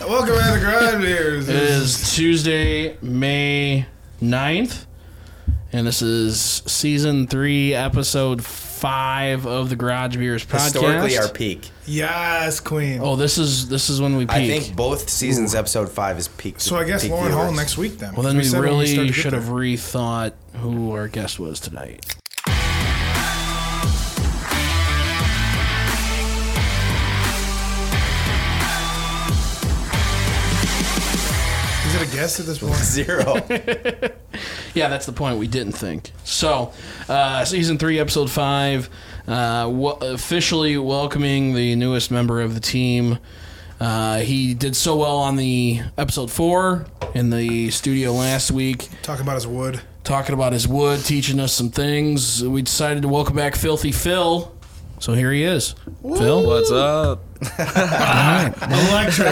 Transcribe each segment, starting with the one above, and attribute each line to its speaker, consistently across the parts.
Speaker 1: Welcome back to Grind Beers.
Speaker 2: It is Tuesday, May 9th, and this is season three, episode five of the Garage Beers podcast.
Speaker 3: Historically, our peak.
Speaker 1: Yes, Queen.
Speaker 2: oh, this is this is when we peak.
Speaker 3: I think both seasons, episode five, is peak.
Speaker 1: so I guess
Speaker 3: peak
Speaker 1: Lauren Hall
Speaker 3: viewers.
Speaker 1: next week then.
Speaker 2: well, then
Speaker 1: We
Speaker 2: we
Speaker 1: said when started
Speaker 2: really
Speaker 1: to get
Speaker 2: should have
Speaker 1: there.
Speaker 2: rethought who our guest was tonight.
Speaker 1: Is it a guess at this point?
Speaker 3: Zero.
Speaker 2: Yeah, that's the point. We didn't think. So, uh, season three, episode five, uh, w- officially welcoming the newest member of the team. Uh, he did so well on the episode four in the studio last week,
Speaker 1: Talking about his wood.
Speaker 2: talking about his wood, teaching us some things. We decided to welcome back Filthy Phil. So here he is. Phil,
Speaker 4: What's
Speaker 1: Uh,
Speaker 4: up?
Speaker 1: Electric.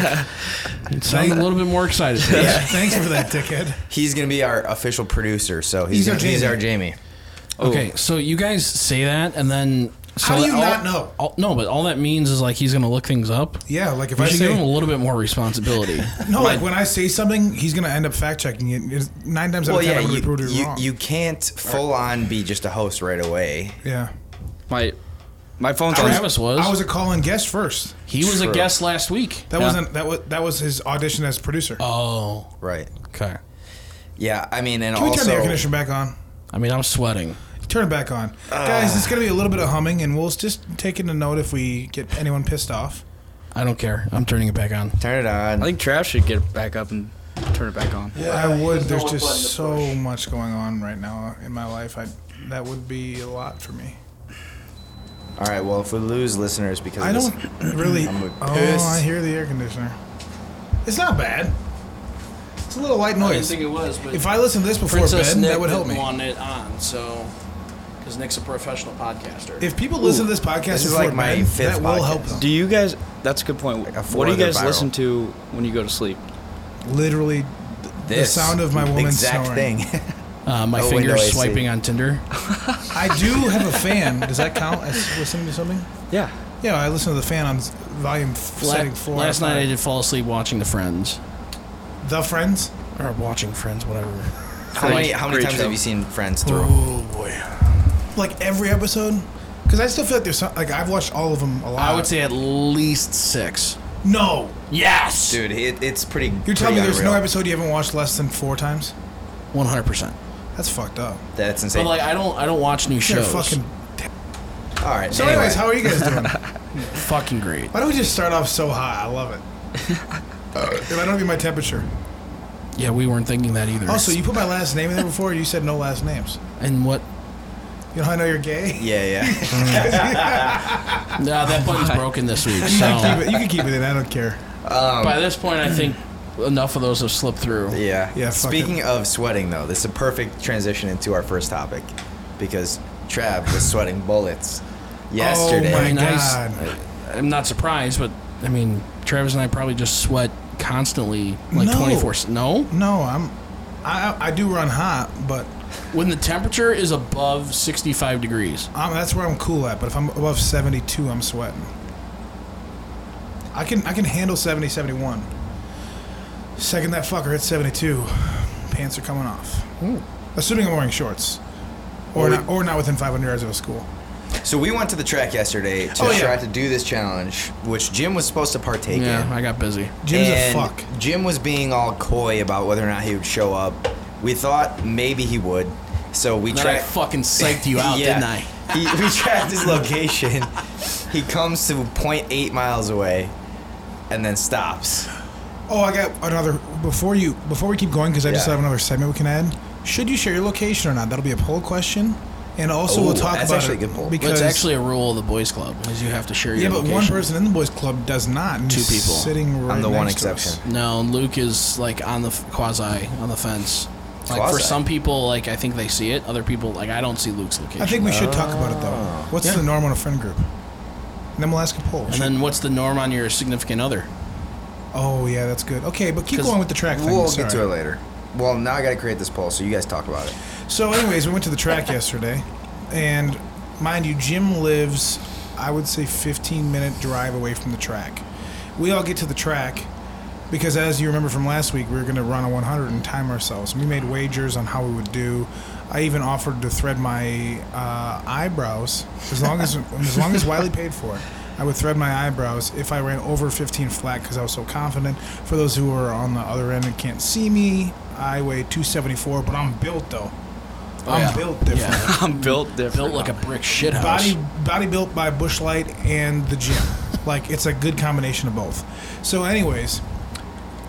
Speaker 2: it sounded a little bit more excited. today.
Speaker 1: Thanks for that, dickhead.
Speaker 3: he's gonna be our official producer, so he's,
Speaker 1: He's our
Speaker 3: gonna, he's
Speaker 1: Jamie.
Speaker 3: our Jamie.
Speaker 2: Okay, so you guys say that, and then so
Speaker 1: How do you
Speaker 2: that
Speaker 1: not
Speaker 2: all-
Speaker 1: know?
Speaker 2: all- no, but all that means is like he's going to look things up.
Speaker 1: Yeah, like if
Speaker 2: You
Speaker 1: I
Speaker 2: should
Speaker 1: say
Speaker 2: give him a little bit more responsibility.
Speaker 1: no, like when I say something, he's gonna end up fact checking it. It's- Nine times out
Speaker 3: Well,
Speaker 1: of ten,
Speaker 3: yeah,
Speaker 1: I'm gonna
Speaker 3: you,
Speaker 1: be proved
Speaker 3: you,
Speaker 1: wrong.
Speaker 3: you can't full on be just a host right away.
Speaker 1: yeah,
Speaker 4: My my phone's on.
Speaker 2: Travis was.
Speaker 1: I was a call-in guest first.
Speaker 2: he was a
Speaker 3: True.
Speaker 2: guest last week.
Speaker 1: That wasn't that was that was his audition as producer.
Speaker 2: Oh,
Speaker 3: Right.
Speaker 2: okay.
Speaker 3: Yeah. I mean, and
Speaker 1: Can we
Speaker 3: also
Speaker 1: turn the air conditioner back on?
Speaker 2: I mean, I'm sweating.
Speaker 1: Turn it back on, guys. It's gonna be a little bit of humming, and we'll just take it a note if we get anyone pissed off.
Speaker 2: I don't care. I'm turning it back on.
Speaker 3: turn it on.
Speaker 4: I think Trav should get back up and turn it back on.
Speaker 1: I would. There's just so much going on right now in my life. I that would be a lot for me.
Speaker 3: All right. Well, if we lose listeners because
Speaker 1: I
Speaker 3: of this-
Speaker 1: don't really.
Speaker 3: I'm
Speaker 1: Oh,
Speaker 3: pissed.
Speaker 1: I hear the air conditioner. It's not bad. It's a little light noise.
Speaker 2: it was, but
Speaker 1: If I listened to this before bed, that would help me.
Speaker 2: it on, so because Nick's a professional podcaster.
Speaker 1: If people listen to this podcast
Speaker 3: this is
Speaker 1: before
Speaker 3: like my
Speaker 1: bed,
Speaker 3: fifth
Speaker 1: that will
Speaker 3: podcast.
Speaker 1: help them.
Speaker 4: Do you guys? That's a good point.
Speaker 3: a four
Speaker 4: what do you
Speaker 3: other
Speaker 4: guys
Speaker 3: viral.
Speaker 4: listen to when you go to sleep?
Speaker 1: Literally,
Speaker 3: this
Speaker 1: the sound of my woman
Speaker 3: exact
Speaker 1: snoring.
Speaker 3: thing.
Speaker 2: uh, my
Speaker 3: Oh, window
Speaker 2: fingers
Speaker 3: AC.
Speaker 2: swiping on Tinder.
Speaker 1: I do have a fan. Does that count as listening to something?
Speaker 4: Yeah.
Speaker 1: Yeah, I listen to the fan on s- volume f- setting
Speaker 2: La-
Speaker 1: four.
Speaker 2: last night I did fall asleep watching The Friends
Speaker 1: The Friends.
Speaker 2: or watching Friends, whatever.
Speaker 3: how many,
Speaker 4: Great-
Speaker 3: how many
Speaker 4: great
Speaker 3: times
Speaker 4: show.
Speaker 3: have you seen Friends through?
Speaker 1: Oh boy. Like every episode? Because I still feel like there's some, like I've watched all of them a lot.
Speaker 2: I would say at least six.
Speaker 1: no.
Speaker 2: Yes,
Speaker 3: Dude, it, it's pretty.
Speaker 1: You're telling me
Speaker 3: pretty
Speaker 1: there's
Speaker 3: unreal.
Speaker 1: no episode you haven't watched less than four times?
Speaker 2: one hundred percent.
Speaker 1: That's fucked up.
Speaker 3: That's
Speaker 2: But
Speaker 3: insane.
Speaker 2: like, I don't, I don't watch new
Speaker 1: They're
Speaker 2: shows.
Speaker 1: fucking.
Speaker 3: All right.
Speaker 1: So,
Speaker 3: anyway.
Speaker 1: anyways, how are you guys doing?
Speaker 2: fucking great.
Speaker 1: Why don't we just start off so high? I love it. If I don't give you my temperature.
Speaker 2: Yeah, we weren't thinking that either.
Speaker 1: Also, you put my last name in there before. You said no last names.
Speaker 2: and what?
Speaker 1: You know how I know you're gay?
Speaker 3: Yeah, yeah.
Speaker 2: Nah, that button's broken this week.
Speaker 1: You can keep
Speaker 2: So
Speaker 1: it- you can keep it in. I don't care.
Speaker 2: by this point, I think enough of those have slipped through.
Speaker 3: Yeah.
Speaker 1: Yeah, fuck
Speaker 3: Speaking of sweating, though, this is a perfect transition into our first topic because Trav was sweating bullets yesterday.
Speaker 1: Oh my
Speaker 2: mean, I s-
Speaker 1: god.
Speaker 2: I'm not surprised, but I mean, Travis and I probably just sweat constantly, like
Speaker 1: No.
Speaker 2: 24. No,
Speaker 1: No, I'm. I I I do run hot, but
Speaker 2: when the temperature is above 65 degrees.
Speaker 1: Um, that's where I'm cool at, but if I'm above 72, I'm sweating. I can I can handle 70, 71. Second that fucker hits 72, pants are coming off. Assuming I'm wearing shorts. Or not, or not within 500 yards of a school.
Speaker 3: So we went to the track yesterday to
Speaker 1: Oh, yeah.
Speaker 3: try to do this challenge, which Jim was supposed to partake
Speaker 2: Yeah,
Speaker 3: in.
Speaker 2: I got busy.
Speaker 1: Jim's
Speaker 3: and
Speaker 1: a fuck.
Speaker 3: Jim was being all coy about whether or not he would show up. We thought maybe he would, so we
Speaker 2: Then I
Speaker 3: tried.
Speaker 2: fucking psyched you out, didn't I?
Speaker 3: he, we tracked his location. he comes to 0.8 miles away, and then stops.
Speaker 1: Oh, I got another. Before you, before we keep going, because I just
Speaker 3: Yeah.
Speaker 1: have another segment we can add. Should you share your location or not? That'll be a poll question, and also we'll
Speaker 3: Ooh,
Speaker 1: talk
Speaker 3: that's
Speaker 1: about
Speaker 3: actually
Speaker 1: it
Speaker 3: a good poll.
Speaker 2: Well,
Speaker 1: because
Speaker 2: it's actually a rule of the boys' club is you have to share your.
Speaker 1: yeah, but one
Speaker 2: location.
Speaker 1: person in the boys' club does not. and
Speaker 2: Two
Speaker 1: he's
Speaker 2: people.
Speaker 1: Sitting right
Speaker 3: I'm the one
Speaker 1: next to us.
Speaker 3: exception.
Speaker 2: No, Luke is like on the f- quasi on the fence. Like for
Speaker 3: Quasi?
Speaker 2: some people, like I think they see it. Other people, like I don't see Luke's location.
Speaker 1: I think we should talk about it
Speaker 3: Oh.
Speaker 1: though. What's the norm on a friend group? And then we'll ask a poll.
Speaker 2: and then what's the norm on your significant other?
Speaker 1: oh yeah, that's good. Okay, but keep
Speaker 2: 'Cause
Speaker 1: going with the track thing.
Speaker 3: We'll
Speaker 1: it's
Speaker 3: get to it
Speaker 1: alright.
Speaker 3: later. Well, now I got to create this poll, so you guys talk about it.
Speaker 1: So, anyways, we went to the track yesterday, and mind you, Jim lives, I would say, 15 minute drive away from the track. We all get to the track, Because as you remember from last week, we were going to run a 100 and time ourselves. We made wagers on how we would do. I even offered to thread my uh, eyebrows as long as as long as Wiley paid for it. I would thread my eyebrows if I ran over 15 flat because I was so confident. For those who are on the other end and can't see me, I weigh 274, but I'm built though. I'm
Speaker 2: Oh, yeah.
Speaker 1: built different.
Speaker 4: I'm built different.
Speaker 2: Built like a brick shithouse.
Speaker 1: Body body built by Bushlight and the gym. like it's a good combination of both. So, anyways,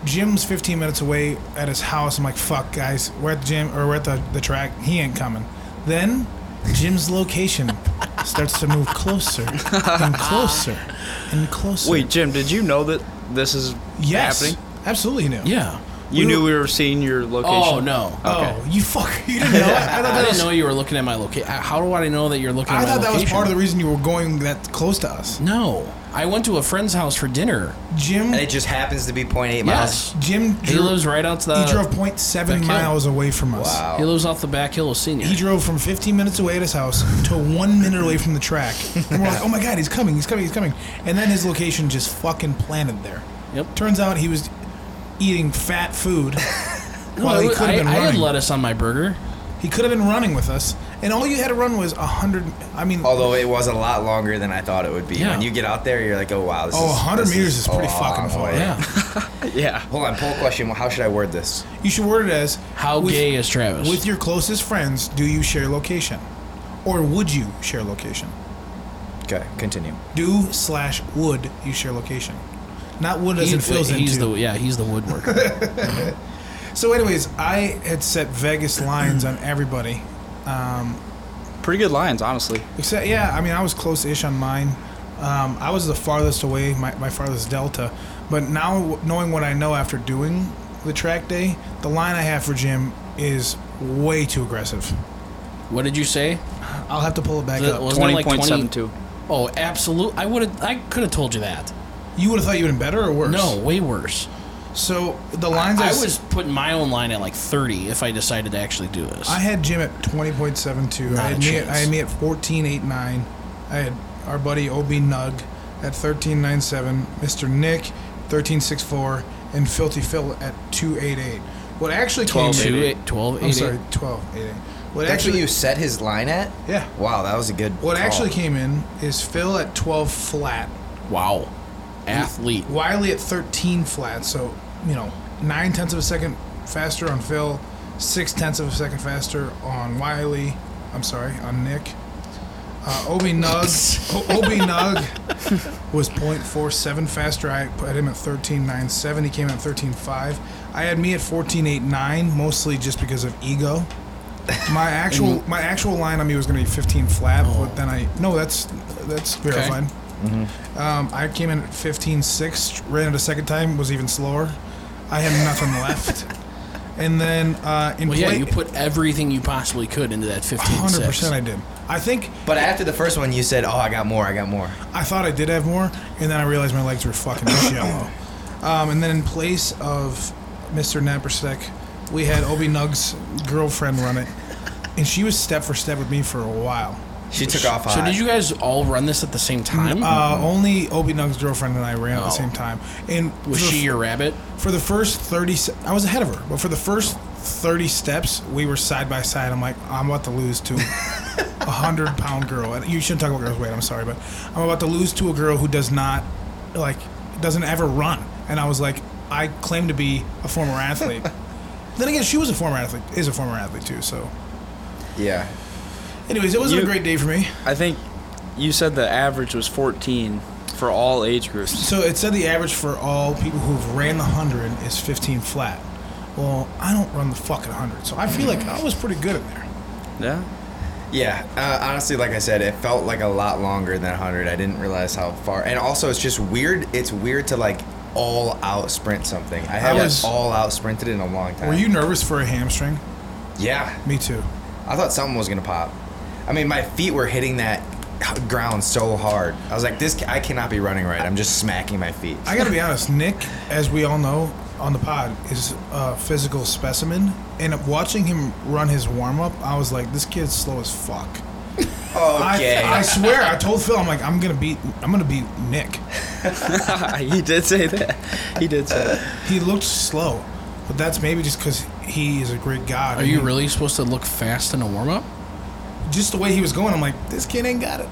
Speaker 1: Jim's 15 minutes away at his house. I'm like, fuck, guys, we're at the gym or we're at the, the track. He ain't coming. Then Jim's location starts to move closer and closer and closer.
Speaker 4: Wait, Jim, did you know that this is
Speaker 1: yes,
Speaker 4: happening?
Speaker 1: absolutely he knew.
Speaker 2: Yeah.
Speaker 4: You
Speaker 1: We
Speaker 4: knew
Speaker 1: were-
Speaker 4: we were seeing your location.
Speaker 2: Oh no.
Speaker 1: Oh, you fuck! You didn't know? that? I thought
Speaker 2: I
Speaker 1: that
Speaker 2: didn't
Speaker 1: was.
Speaker 2: know you were looking at my location. How do I know that you're looking at
Speaker 1: I
Speaker 2: my
Speaker 1: thought that
Speaker 2: location?
Speaker 1: was part of the reason you were going that close to us.
Speaker 2: No. I went to a friend's house for dinner.
Speaker 1: Jim,
Speaker 3: And it just happens to be 0.8 miles.
Speaker 2: Yes.
Speaker 1: Jim,
Speaker 2: He
Speaker 1: drew-
Speaker 2: lives right out to the.
Speaker 1: he drove 0.7
Speaker 2: hill.
Speaker 1: miles away from us.
Speaker 3: Wow.
Speaker 2: He lives off the back hill of Senior.
Speaker 1: He drove from 15 minutes away at his house to one minute away from the track. And we're like, oh my God, he's coming, he's coming, he's coming. And then his location just fucking planted there.
Speaker 2: Yep.
Speaker 1: Turns out he was eating fat food.
Speaker 2: Well,
Speaker 1: while he
Speaker 2: I-
Speaker 1: could have
Speaker 2: I,
Speaker 1: been
Speaker 2: I had
Speaker 1: running.
Speaker 2: lettuce on my burger.
Speaker 1: he could have been running with us. And all you had to run was 100. I mean,
Speaker 3: Although it was a lot longer than I thought it would be.
Speaker 2: Yeah.
Speaker 3: When you get out there, you're like, oh wow, this
Speaker 1: Oh,
Speaker 3: is
Speaker 1: 100
Speaker 3: this
Speaker 1: meters is
Speaker 3: a
Speaker 1: pretty
Speaker 2: oh,
Speaker 3: long
Speaker 1: fucking far.
Speaker 3: way.
Speaker 2: Yeah.
Speaker 4: Yeah.
Speaker 3: Hold on, poll question. How should I word this?
Speaker 1: you should word it as
Speaker 2: How
Speaker 1: with-
Speaker 2: gay is Travis?
Speaker 1: With your closest friends, do you share location? Or would you share location?
Speaker 3: Okay, continue.
Speaker 1: Do slash would you share location? Not would as
Speaker 2: He-
Speaker 1: it fills
Speaker 2: he's
Speaker 1: into.
Speaker 2: the yeah he's the woodworker.
Speaker 1: So, anyways, I had set Vegas lines on everybody.
Speaker 4: Pretty good lines, honestly.
Speaker 1: Except, yeah, I mean, I was close-ish on mine. Um, I was the farthest away, my, my farthest delta. But now, knowing what I know after doing the track day, the line I have for Jim is way too aggressive.
Speaker 2: what did you say?
Speaker 1: I'll have to pull it back
Speaker 2: The-
Speaker 1: up.
Speaker 2: was- Wasn't it
Speaker 4: Twenty
Speaker 2: like
Speaker 4: point
Speaker 2: 20?
Speaker 4: seven two.
Speaker 2: Oh, absolute. I would have I could have told you that.
Speaker 1: you would have thought you would have been better or worse.
Speaker 2: No, way worse.
Speaker 1: So the lines I,
Speaker 2: I
Speaker 1: s-
Speaker 2: was putting my own line at like 30 if I decided to actually do this.
Speaker 1: I had Jim at twenty point seven two.
Speaker 2: Not
Speaker 1: I had
Speaker 2: a
Speaker 1: me. At,
Speaker 2: chance.
Speaker 1: I had me at fourteen eight nine. I had our buddy Ob Nug at thirteen nine seven. Mister Nick thirteen six four, and Filthy Phil at two eight eight. What actually came?
Speaker 2: 12,
Speaker 1: to-
Speaker 2: 88, 12,
Speaker 1: I'm
Speaker 2: 88.
Speaker 1: sorry, twelve eight eight. What
Speaker 3: That's
Speaker 1: actually
Speaker 3: what you set his line at?
Speaker 1: Yeah.
Speaker 3: Wow, that was a good.
Speaker 1: What
Speaker 3: call.
Speaker 1: actually came in is Phil at twelve flat,
Speaker 2: Wow. Athlete.
Speaker 1: Wiley at thirteen flat. So you know, nine tenths of a second faster on Phil, six tenths of a second faster on Wiley. I'm sorry, on Nick. Uh, Obi Nug, o- Obi Nug was .47 faster. I put him at 13.97. He came in at 13.5. I had me at 14.89, mostly just because of ego. My actual my actual line on me was going to be 15 flat, but then I no, that's that's verified. Um, I came in at 15.6, ran it a second time, was even slower. I had nothing left, and then uh, in
Speaker 2: Well, yeah,
Speaker 1: play,
Speaker 2: you put everything you possibly could into that 15
Speaker 1: 100
Speaker 2: six.
Speaker 1: percent I did. I think
Speaker 3: But after the first one, you said, oh, I got more, I got more.
Speaker 1: I thought I did have more, and then I realized my legs were fucking shallow. Um, and then in place of Mr. Nappersek, we had Obi Nug's girlfriend run it, and she was step for step with me for a while.
Speaker 3: She took off hot.
Speaker 2: So did you guys all run this at the same time?
Speaker 1: Uh, only Obi Nug's girlfriend and I ran at the
Speaker 2: Oh.
Speaker 1: same time, and
Speaker 2: Was
Speaker 1: for the-
Speaker 2: she your rabbit?
Speaker 1: for the first 30 se- i was ahead of her but for the first 30 steps we were side by side i'm like i'm about to lose to a 100 pound girl and you shouldn't talk about girls weight i'm sorry but i'm about to lose to a girl who does not like doesn't ever run and i was like i claim to be a former athlete then again she was a former athlete is a former athlete too so
Speaker 3: Yeah.
Speaker 1: anyways it wasn't a
Speaker 4: You-
Speaker 1: great day for me
Speaker 4: I think you said the average was fourteen for all age groups.
Speaker 1: So it said the average for all people who've ran the 100 is 15 flat. Well, I don't run the fucking 100, so I feel like I was pretty good in there.
Speaker 4: Yeah.
Speaker 3: Yeah. Uh, honestly, like I said, it felt like a lot longer than 100. I didn't realize how far. And also, it's just weird. It's weird to like all out sprint something. I haven't
Speaker 1: was-
Speaker 3: all out sprinted in a long time.
Speaker 1: Were you nervous for a hamstring?
Speaker 3: Yeah.
Speaker 1: Me too.
Speaker 3: I thought something was gonna pop. I mean, my feet were hitting that ground so hard. I was like, this. I cannot be running right. I'm just smacking my feet.
Speaker 1: I gotta be honest, Nick, as we all know on the pod, is a physical specimen. And watching him run his warm up, I was like, this kid's slow as fuck.
Speaker 3: Okay.
Speaker 1: I, I swear, I told Phil, I'm like, I'm gonna beat, I'm gonna beat Nick.
Speaker 4: he did say that. He did say that.
Speaker 1: He looked slow, but that's maybe just because he is a great guy.
Speaker 2: Are you really supposed to look fast in a warm up?
Speaker 1: Just the way he was going, I'm like, this kid ain't got it.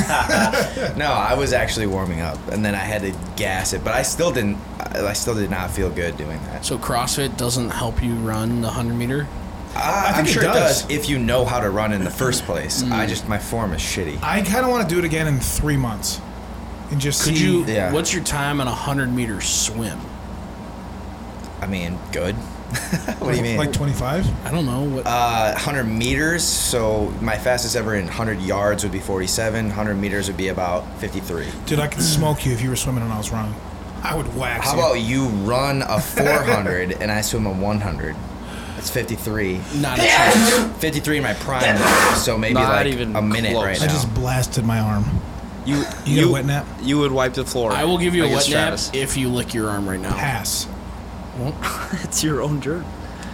Speaker 3: no, I was actually warming up, and then I had to gas it, but I still didn't. I I still did not feel good doing that.
Speaker 2: So CrossFit doesn't help you run the hundred meter.
Speaker 3: I,
Speaker 1: think
Speaker 3: I'm
Speaker 1: it
Speaker 3: sure it
Speaker 1: does. Mm.
Speaker 3: does. if you know how to run in the first place. I just my form is shitty.
Speaker 1: I kind of want to do it again in three months, and just
Speaker 2: Could
Speaker 1: see.
Speaker 2: you?
Speaker 3: Yeah.
Speaker 2: What's your time on a hundred meter swim?
Speaker 3: I mean, good. what do you mean?
Speaker 1: Like 25.
Speaker 2: I don't know what.
Speaker 3: Uh, 100 meters. So my fastest ever in 100 yards would be 47. 100 meters would be about 53.
Speaker 1: Dude, I could smoke you if you were swimming and I was running. I would wax
Speaker 3: How
Speaker 1: you.
Speaker 3: about you run a 400 and I swim a 100? That's 53.
Speaker 2: not a chance.
Speaker 3: 53 in my prime, though, so maybe
Speaker 4: Not
Speaker 3: like
Speaker 4: even
Speaker 3: a minute
Speaker 4: close.
Speaker 3: right
Speaker 1: I
Speaker 3: now.
Speaker 1: just blasted my arm.
Speaker 4: You
Speaker 1: You got a wet nap?
Speaker 4: You would wipe the floor.
Speaker 2: I will give you a wet
Speaker 4: against Travis.
Speaker 2: nap if you lick your arm right now.
Speaker 1: Pass.
Speaker 4: It's your own germ.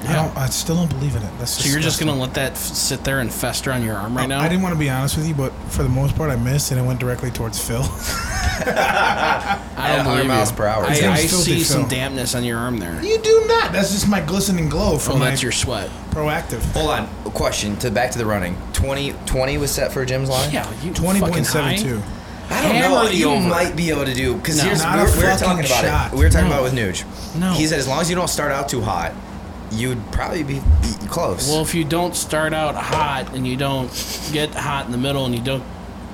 Speaker 1: I, don't, I still don't believe in it. That's
Speaker 2: So you're just
Speaker 1: disgusting.
Speaker 2: gonna let that f- sit there and fester on your arm right now?
Speaker 1: I didn't want to be honest with you, but for the most part, I missed and it went directly towards Phil.
Speaker 2: I
Speaker 3: At 100 miles per hour.
Speaker 2: I,
Speaker 3: It
Speaker 2: I
Speaker 1: seems filthy,
Speaker 2: see some
Speaker 1: Phil.
Speaker 2: dampness on your arm there.
Speaker 1: you do not. That's just my glistening glow from
Speaker 2: Oh,
Speaker 1: my
Speaker 2: that's your sweat.
Speaker 1: proactive.
Speaker 3: Hold on. Question to back to the running. 20 20 was set for Jim's line.
Speaker 2: Yeah, you
Speaker 1: Twenty
Speaker 2: fucking
Speaker 1: point seven
Speaker 2: high.
Speaker 1: two.
Speaker 3: I don't
Speaker 2: Hammer
Speaker 3: know.
Speaker 2: the
Speaker 3: You
Speaker 2: over.
Speaker 3: might be able to do because
Speaker 2: No.
Speaker 3: here's
Speaker 1: Not
Speaker 3: we
Speaker 1: a
Speaker 3: were, we were
Speaker 1: fucking
Speaker 3: talking about
Speaker 1: shot.
Speaker 3: it. We were talking
Speaker 2: No.
Speaker 3: about it with Nuge.
Speaker 2: No.
Speaker 3: He said as long as you don't start out too hot, you'd probably be be close.
Speaker 2: Well, if you don't start out hot and you don't get hot in the middle and you don't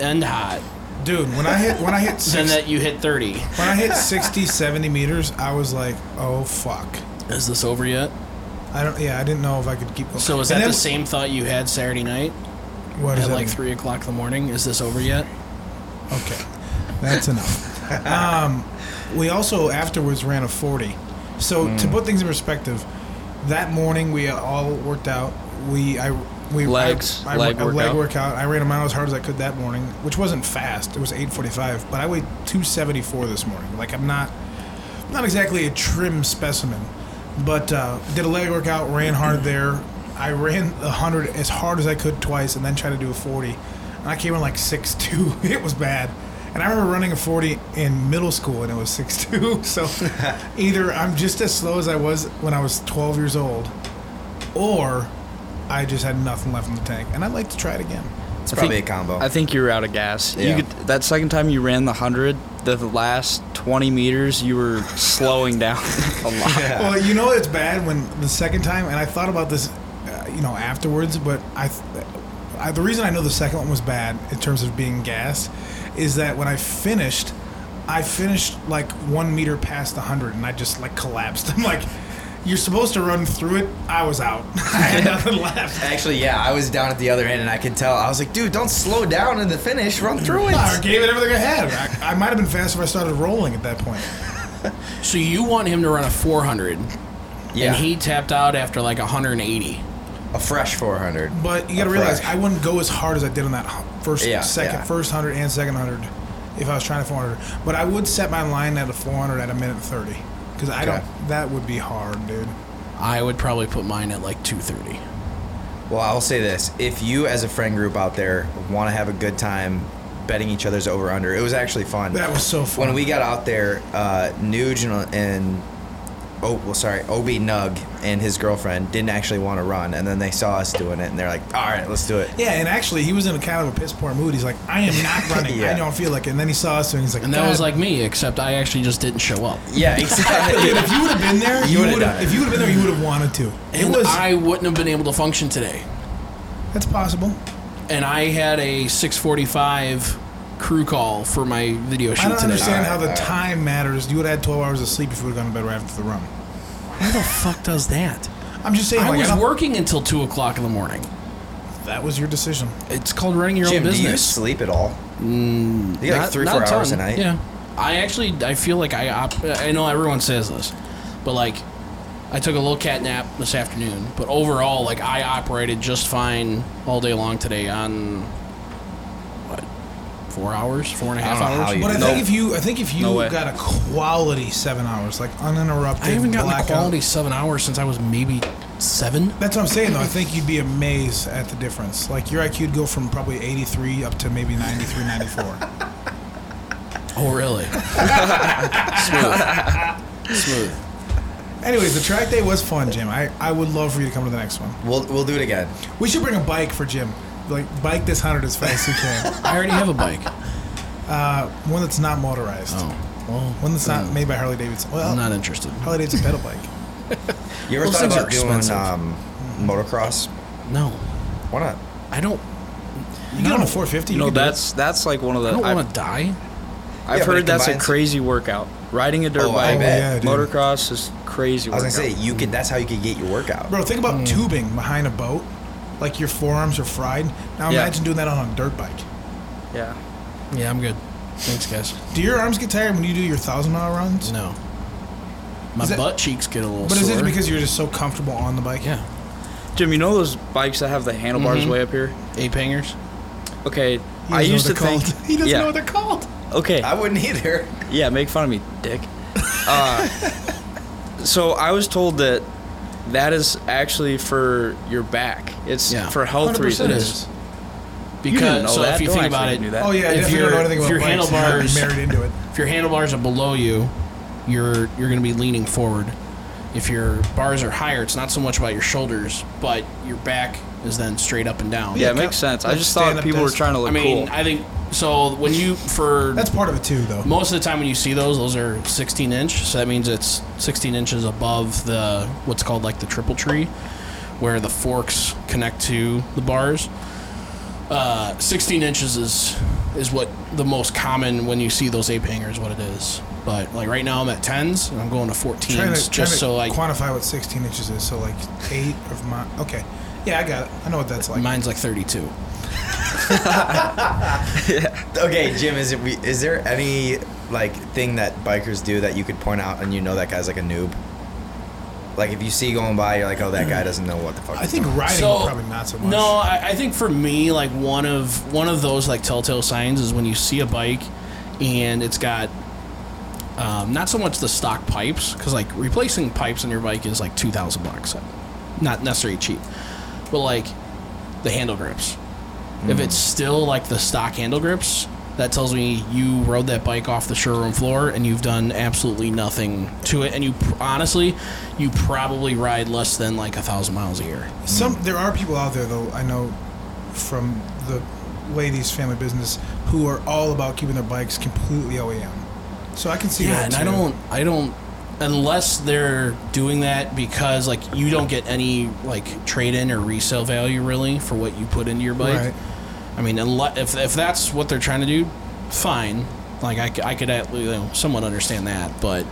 Speaker 2: end hot,
Speaker 1: Dude, when I hit when I hit
Speaker 2: then
Speaker 1: six,
Speaker 2: that you hit 30.
Speaker 1: when I hit 60, 70 meters, I was like, oh fuck.
Speaker 2: Is this over yet?
Speaker 1: I don't. Yeah, I didn't know if I could keep going.
Speaker 2: So is
Speaker 1: And
Speaker 2: that
Speaker 1: then-
Speaker 2: the same thought you had Saturday night
Speaker 1: What does
Speaker 2: at
Speaker 1: that
Speaker 2: like
Speaker 1: mean?
Speaker 2: three o'clock in the morning? Is this over yet?
Speaker 1: Okay, that's enough. Um, we also afterwards ran a 40. So to
Speaker 4: Mm.
Speaker 1: put things in perspective, that morning we all worked out. We I we
Speaker 4: Legs,
Speaker 1: I, I,
Speaker 4: leg
Speaker 1: a leg
Speaker 4: workout.
Speaker 1: workout. I ran a mile as hard as I could that morning, which wasn't fast. It was 8:45, but I weighed 274 this morning. Like I'm not not exactly a trim specimen, but uh, did a leg workout, ran hard there. I ran a 100 as hard as I could twice and then tried to do a 40. And I came in like 6'2. It was bad. And I remember running a 40 in middle school and it was 6'2. So either I'm just as slow as I was when I was 12 years old or I just had nothing left in the tank. And I'd like to try it again.
Speaker 3: it's probably
Speaker 4: think-
Speaker 3: a combo.
Speaker 4: I think you were out of gas.
Speaker 3: Yeah.
Speaker 4: You could that second time you ran the hundred, the last twenty meters you were slowing down a lot.
Speaker 1: Well, you know it's bad when the second time, and I thought about this, uh, you know, afterwards. But I, I, the reason I know the second one was bad in terms of being gas, is that when I finished, I finished like one meter past the hundred, and I just like collapsed. I'm like, you're supposed to run through it. I was out. I had nothing left.
Speaker 3: Actually, yeah, I was down at the other end and I could tell. I was like, dude, don't slow down in the finish. Run through
Speaker 1: I
Speaker 3: it.
Speaker 1: gave it everything I had. I, I might have been fast if I started rolling at that point.
Speaker 2: So you want him to run a 400,
Speaker 3: Yeah,
Speaker 2: and he tapped out after like 180.
Speaker 3: a fresh 400.
Speaker 1: But you got to
Speaker 3: A
Speaker 1: realize
Speaker 3: fresh.
Speaker 1: I wouldn't go as hard as I did on that hu- first,
Speaker 3: Yeah,
Speaker 1: second,
Speaker 3: yeah.
Speaker 1: first hundred and second hundred if I was trying to 400. But I would set my line at a 400 at a minute 30 because I
Speaker 3: Okay.
Speaker 1: don't. That would be hard, dude.
Speaker 2: I would probably put mine at like 230.
Speaker 3: Well, I will say this: if you, as a friend group out there, want to have a good time betting each other's over under, it was actually fun.
Speaker 1: That was so fun.
Speaker 3: When we got out there, uh, Nuge and, and oh, well, sorry, Ob Nug and his girlfriend didn't actually want to run, and then they saw us doing it, and they're like, "All right, let's do it."
Speaker 1: Yeah, and actually, he was in a kind of a piss poor mood. He's like, "I am not running.
Speaker 3: Yeah.
Speaker 1: I don't feel like it." And then he saw us, and he's like,
Speaker 2: And that was
Speaker 1: "God."
Speaker 2: like me, except I actually just didn't show up.
Speaker 3: Yeah, exactly.
Speaker 1: Dude, if you would have been there,
Speaker 3: You
Speaker 1: you,
Speaker 3: would've
Speaker 1: would
Speaker 3: done
Speaker 1: have.
Speaker 3: it.
Speaker 1: If you would have been there, you would have wanted to.
Speaker 2: And
Speaker 1: it was.
Speaker 2: I wouldn't have been able to function today.
Speaker 1: that's possible.
Speaker 2: And I had a 645 crew call for my video shoot
Speaker 1: I don't
Speaker 2: today.
Speaker 1: understand how the
Speaker 3: Alright, alright.
Speaker 1: time matters. You would have had 12 hours of sleep if you would have gone to bed right after the run.
Speaker 2: Who the fuck does that?
Speaker 1: I'm just saying.
Speaker 2: I
Speaker 1: like,
Speaker 2: was
Speaker 1: don't-
Speaker 2: working until two o'clock in the morning.
Speaker 1: That was your decision.
Speaker 2: It's called running your
Speaker 3: Jim,
Speaker 2: own
Speaker 3: do you
Speaker 2: business. Mm,
Speaker 3: sleep at all? you get like
Speaker 2: Not-
Speaker 3: three,
Speaker 2: not
Speaker 3: four
Speaker 2: a
Speaker 3: hours a
Speaker 2: ton,
Speaker 3: night.
Speaker 2: Yeah, I actually I feel like I op- I know everyone says this, but like I took a little cat nap this afternoon. But overall, like I operated just fine all day long today on what four hours, four and a half
Speaker 3: don't know how
Speaker 2: hours.
Speaker 3: you
Speaker 1: But I
Speaker 3: No.
Speaker 1: think if you, I think if you
Speaker 4: No way.
Speaker 1: got a quality seven hours, like uninterrupted,
Speaker 2: I haven't gotten a
Speaker 1: blackout-
Speaker 2: quality seven hours since I was maybe seven.
Speaker 1: That's what I'm saying though. I think you'd be amazed at the difference. Like your IQ'd go from probably 83 up to maybe 93, 94.
Speaker 2: Oh, really? Smooth. Smooth.
Speaker 1: Anyways, the track day was fun, Jim. I, I would love for you to come to the next one.
Speaker 3: We'll we'll do it again.
Speaker 1: We should bring a bike for Jim. Like bike this hundred as fast as you can.
Speaker 2: I already have a bike.
Speaker 1: One that's not motorized.
Speaker 2: Oh,
Speaker 1: One that's
Speaker 4: Oh.
Speaker 1: not made by Harley Davidson. Well,
Speaker 2: I'm not interested.
Speaker 1: Harley Davidson pedal bike.
Speaker 3: You ever
Speaker 2: Those
Speaker 3: thought
Speaker 2: things are
Speaker 3: about doing
Speaker 2: expensive. Mm-hmm.
Speaker 3: um, motocross?
Speaker 2: No,
Speaker 3: Why not?
Speaker 2: I don't.
Speaker 1: You get on a 450.
Speaker 4: You know
Speaker 1: can do it.
Speaker 4: that's that's like one of the
Speaker 2: I don't
Speaker 3: Uh,
Speaker 4: I've,
Speaker 2: want to die.
Speaker 3: Yeah,
Speaker 4: I've
Speaker 3: but it
Speaker 4: heard that's a
Speaker 3: combines-
Speaker 4: crazy workout. Riding a dirt
Speaker 3: Oh, I
Speaker 4: bike,
Speaker 3: bet.
Speaker 1: Yeah, dude.
Speaker 4: motocross is crazy.
Speaker 3: I was gonna say
Speaker 4: workout.
Speaker 3: you could. That's how you could get your workout.
Speaker 1: Bro, think
Speaker 2: Hmm.
Speaker 1: about tubing behind a boat. Like your forearms are fried. Now
Speaker 4: Yeah.
Speaker 1: imagine doing that on a dirt bike.
Speaker 4: yeah.
Speaker 2: Yeah, I'm good. Thanks, guys.
Speaker 1: Do your arms get tired when you do your thousand mile runs?
Speaker 2: No, my
Speaker 1: Is that-
Speaker 2: butt cheeks get a little.
Speaker 1: But is it
Speaker 2: sore.
Speaker 1: because you're just so comfortable on the bike?
Speaker 2: Yeah,
Speaker 4: Jim, you know those bikes that have the handlebars
Speaker 2: Mhm.
Speaker 4: way up here?
Speaker 2: ape hangers.
Speaker 4: Okay,
Speaker 1: Mm-hmm. He
Speaker 4: I
Speaker 1: doesn't know
Speaker 4: used to
Speaker 1: what they're
Speaker 4: think
Speaker 1: called. he doesn't
Speaker 4: yeah,
Speaker 1: know what they're called.
Speaker 4: okay,
Speaker 3: I wouldn't either.
Speaker 4: yeah, make fun of me, dick. Uh, so I was told that that is actually for your back. It's
Speaker 2: Yeah.
Speaker 4: for health
Speaker 2: 100%
Speaker 4: reasons.
Speaker 2: it is. Because so if you think about it,
Speaker 1: Oh yeah, I
Speaker 2: If
Speaker 1: definitely don't
Speaker 2: your-
Speaker 1: know anything
Speaker 2: if
Speaker 1: about
Speaker 2: your
Speaker 1: bikes. and how to be
Speaker 2: handlebars-
Speaker 1: married into it.
Speaker 2: if your handlebars are below you, you're you're going to be leaning forward. If your bars are higher, it's not so much about your shoulders, but your back is then straight up and down.
Speaker 4: Yeah, it makes sense. I
Speaker 1: Like
Speaker 4: just thought
Speaker 1: stand-up
Speaker 4: people were
Speaker 1: desk.
Speaker 4: trying to look
Speaker 2: I mean,
Speaker 4: cool.
Speaker 2: I think so. When you for
Speaker 1: That's part of it too, though.
Speaker 2: most of the time when you see those, those are 16 inch. So that means it's 16 inches above the what's called like the triple tree, where the forks connect to the bars. Uh, 16 inches is is what the most common when you see those ape hangers. What it is, but like right now I'm at 10s and I'm going to 14s
Speaker 1: Trying to, trying to
Speaker 2: just so like
Speaker 1: quantify what 16 inches is. So like eight of my. Okay, yeah, I got it. I know what that's like.
Speaker 2: mine's like 32.
Speaker 3: Okay, Jim, is it? we- Is there any like thing that bikers do that you could point out and you know that guy's like a noob? Like if you see going by, you're like, oh, that guy doesn't know what the fuck.
Speaker 1: I
Speaker 3: he's
Speaker 1: think
Speaker 3: doing.
Speaker 1: riding
Speaker 2: So-
Speaker 1: probably not so much.
Speaker 2: No, I, I think for me, like one of one of those like telltale signs is when you see a bike and it's got um, not so much the stock pipes because like replacing pipes on your bike is like two thousand bucks, not necessarily cheap, but like the handle grips.
Speaker 1: Mm.
Speaker 2: If it's still like the stock handle grips, that tells me you rode that bike off the showroom floor and you've done absolutely nothing to it. And you pr- honestly, you probably ride less than like a thousand miles a year.
Speaker 1: Some there are people out there though I know from the ladies' family business who are all about keeping their bikes completely OEM. So I can see
Speaker 2: Yeah,
Speaker 1: that.
Speaker 2: and
Speaker 1: too.
Speaker 2: I don't, I don't, unless they're doing that because like you don't get any like trade in or resale value really for what you put into your bike.
Speaker 1: Right.
Speaker 2: I mean, unle- if if that's what they're trying to do, fine. Like I, c- I could at, you know, somewhat understand that, but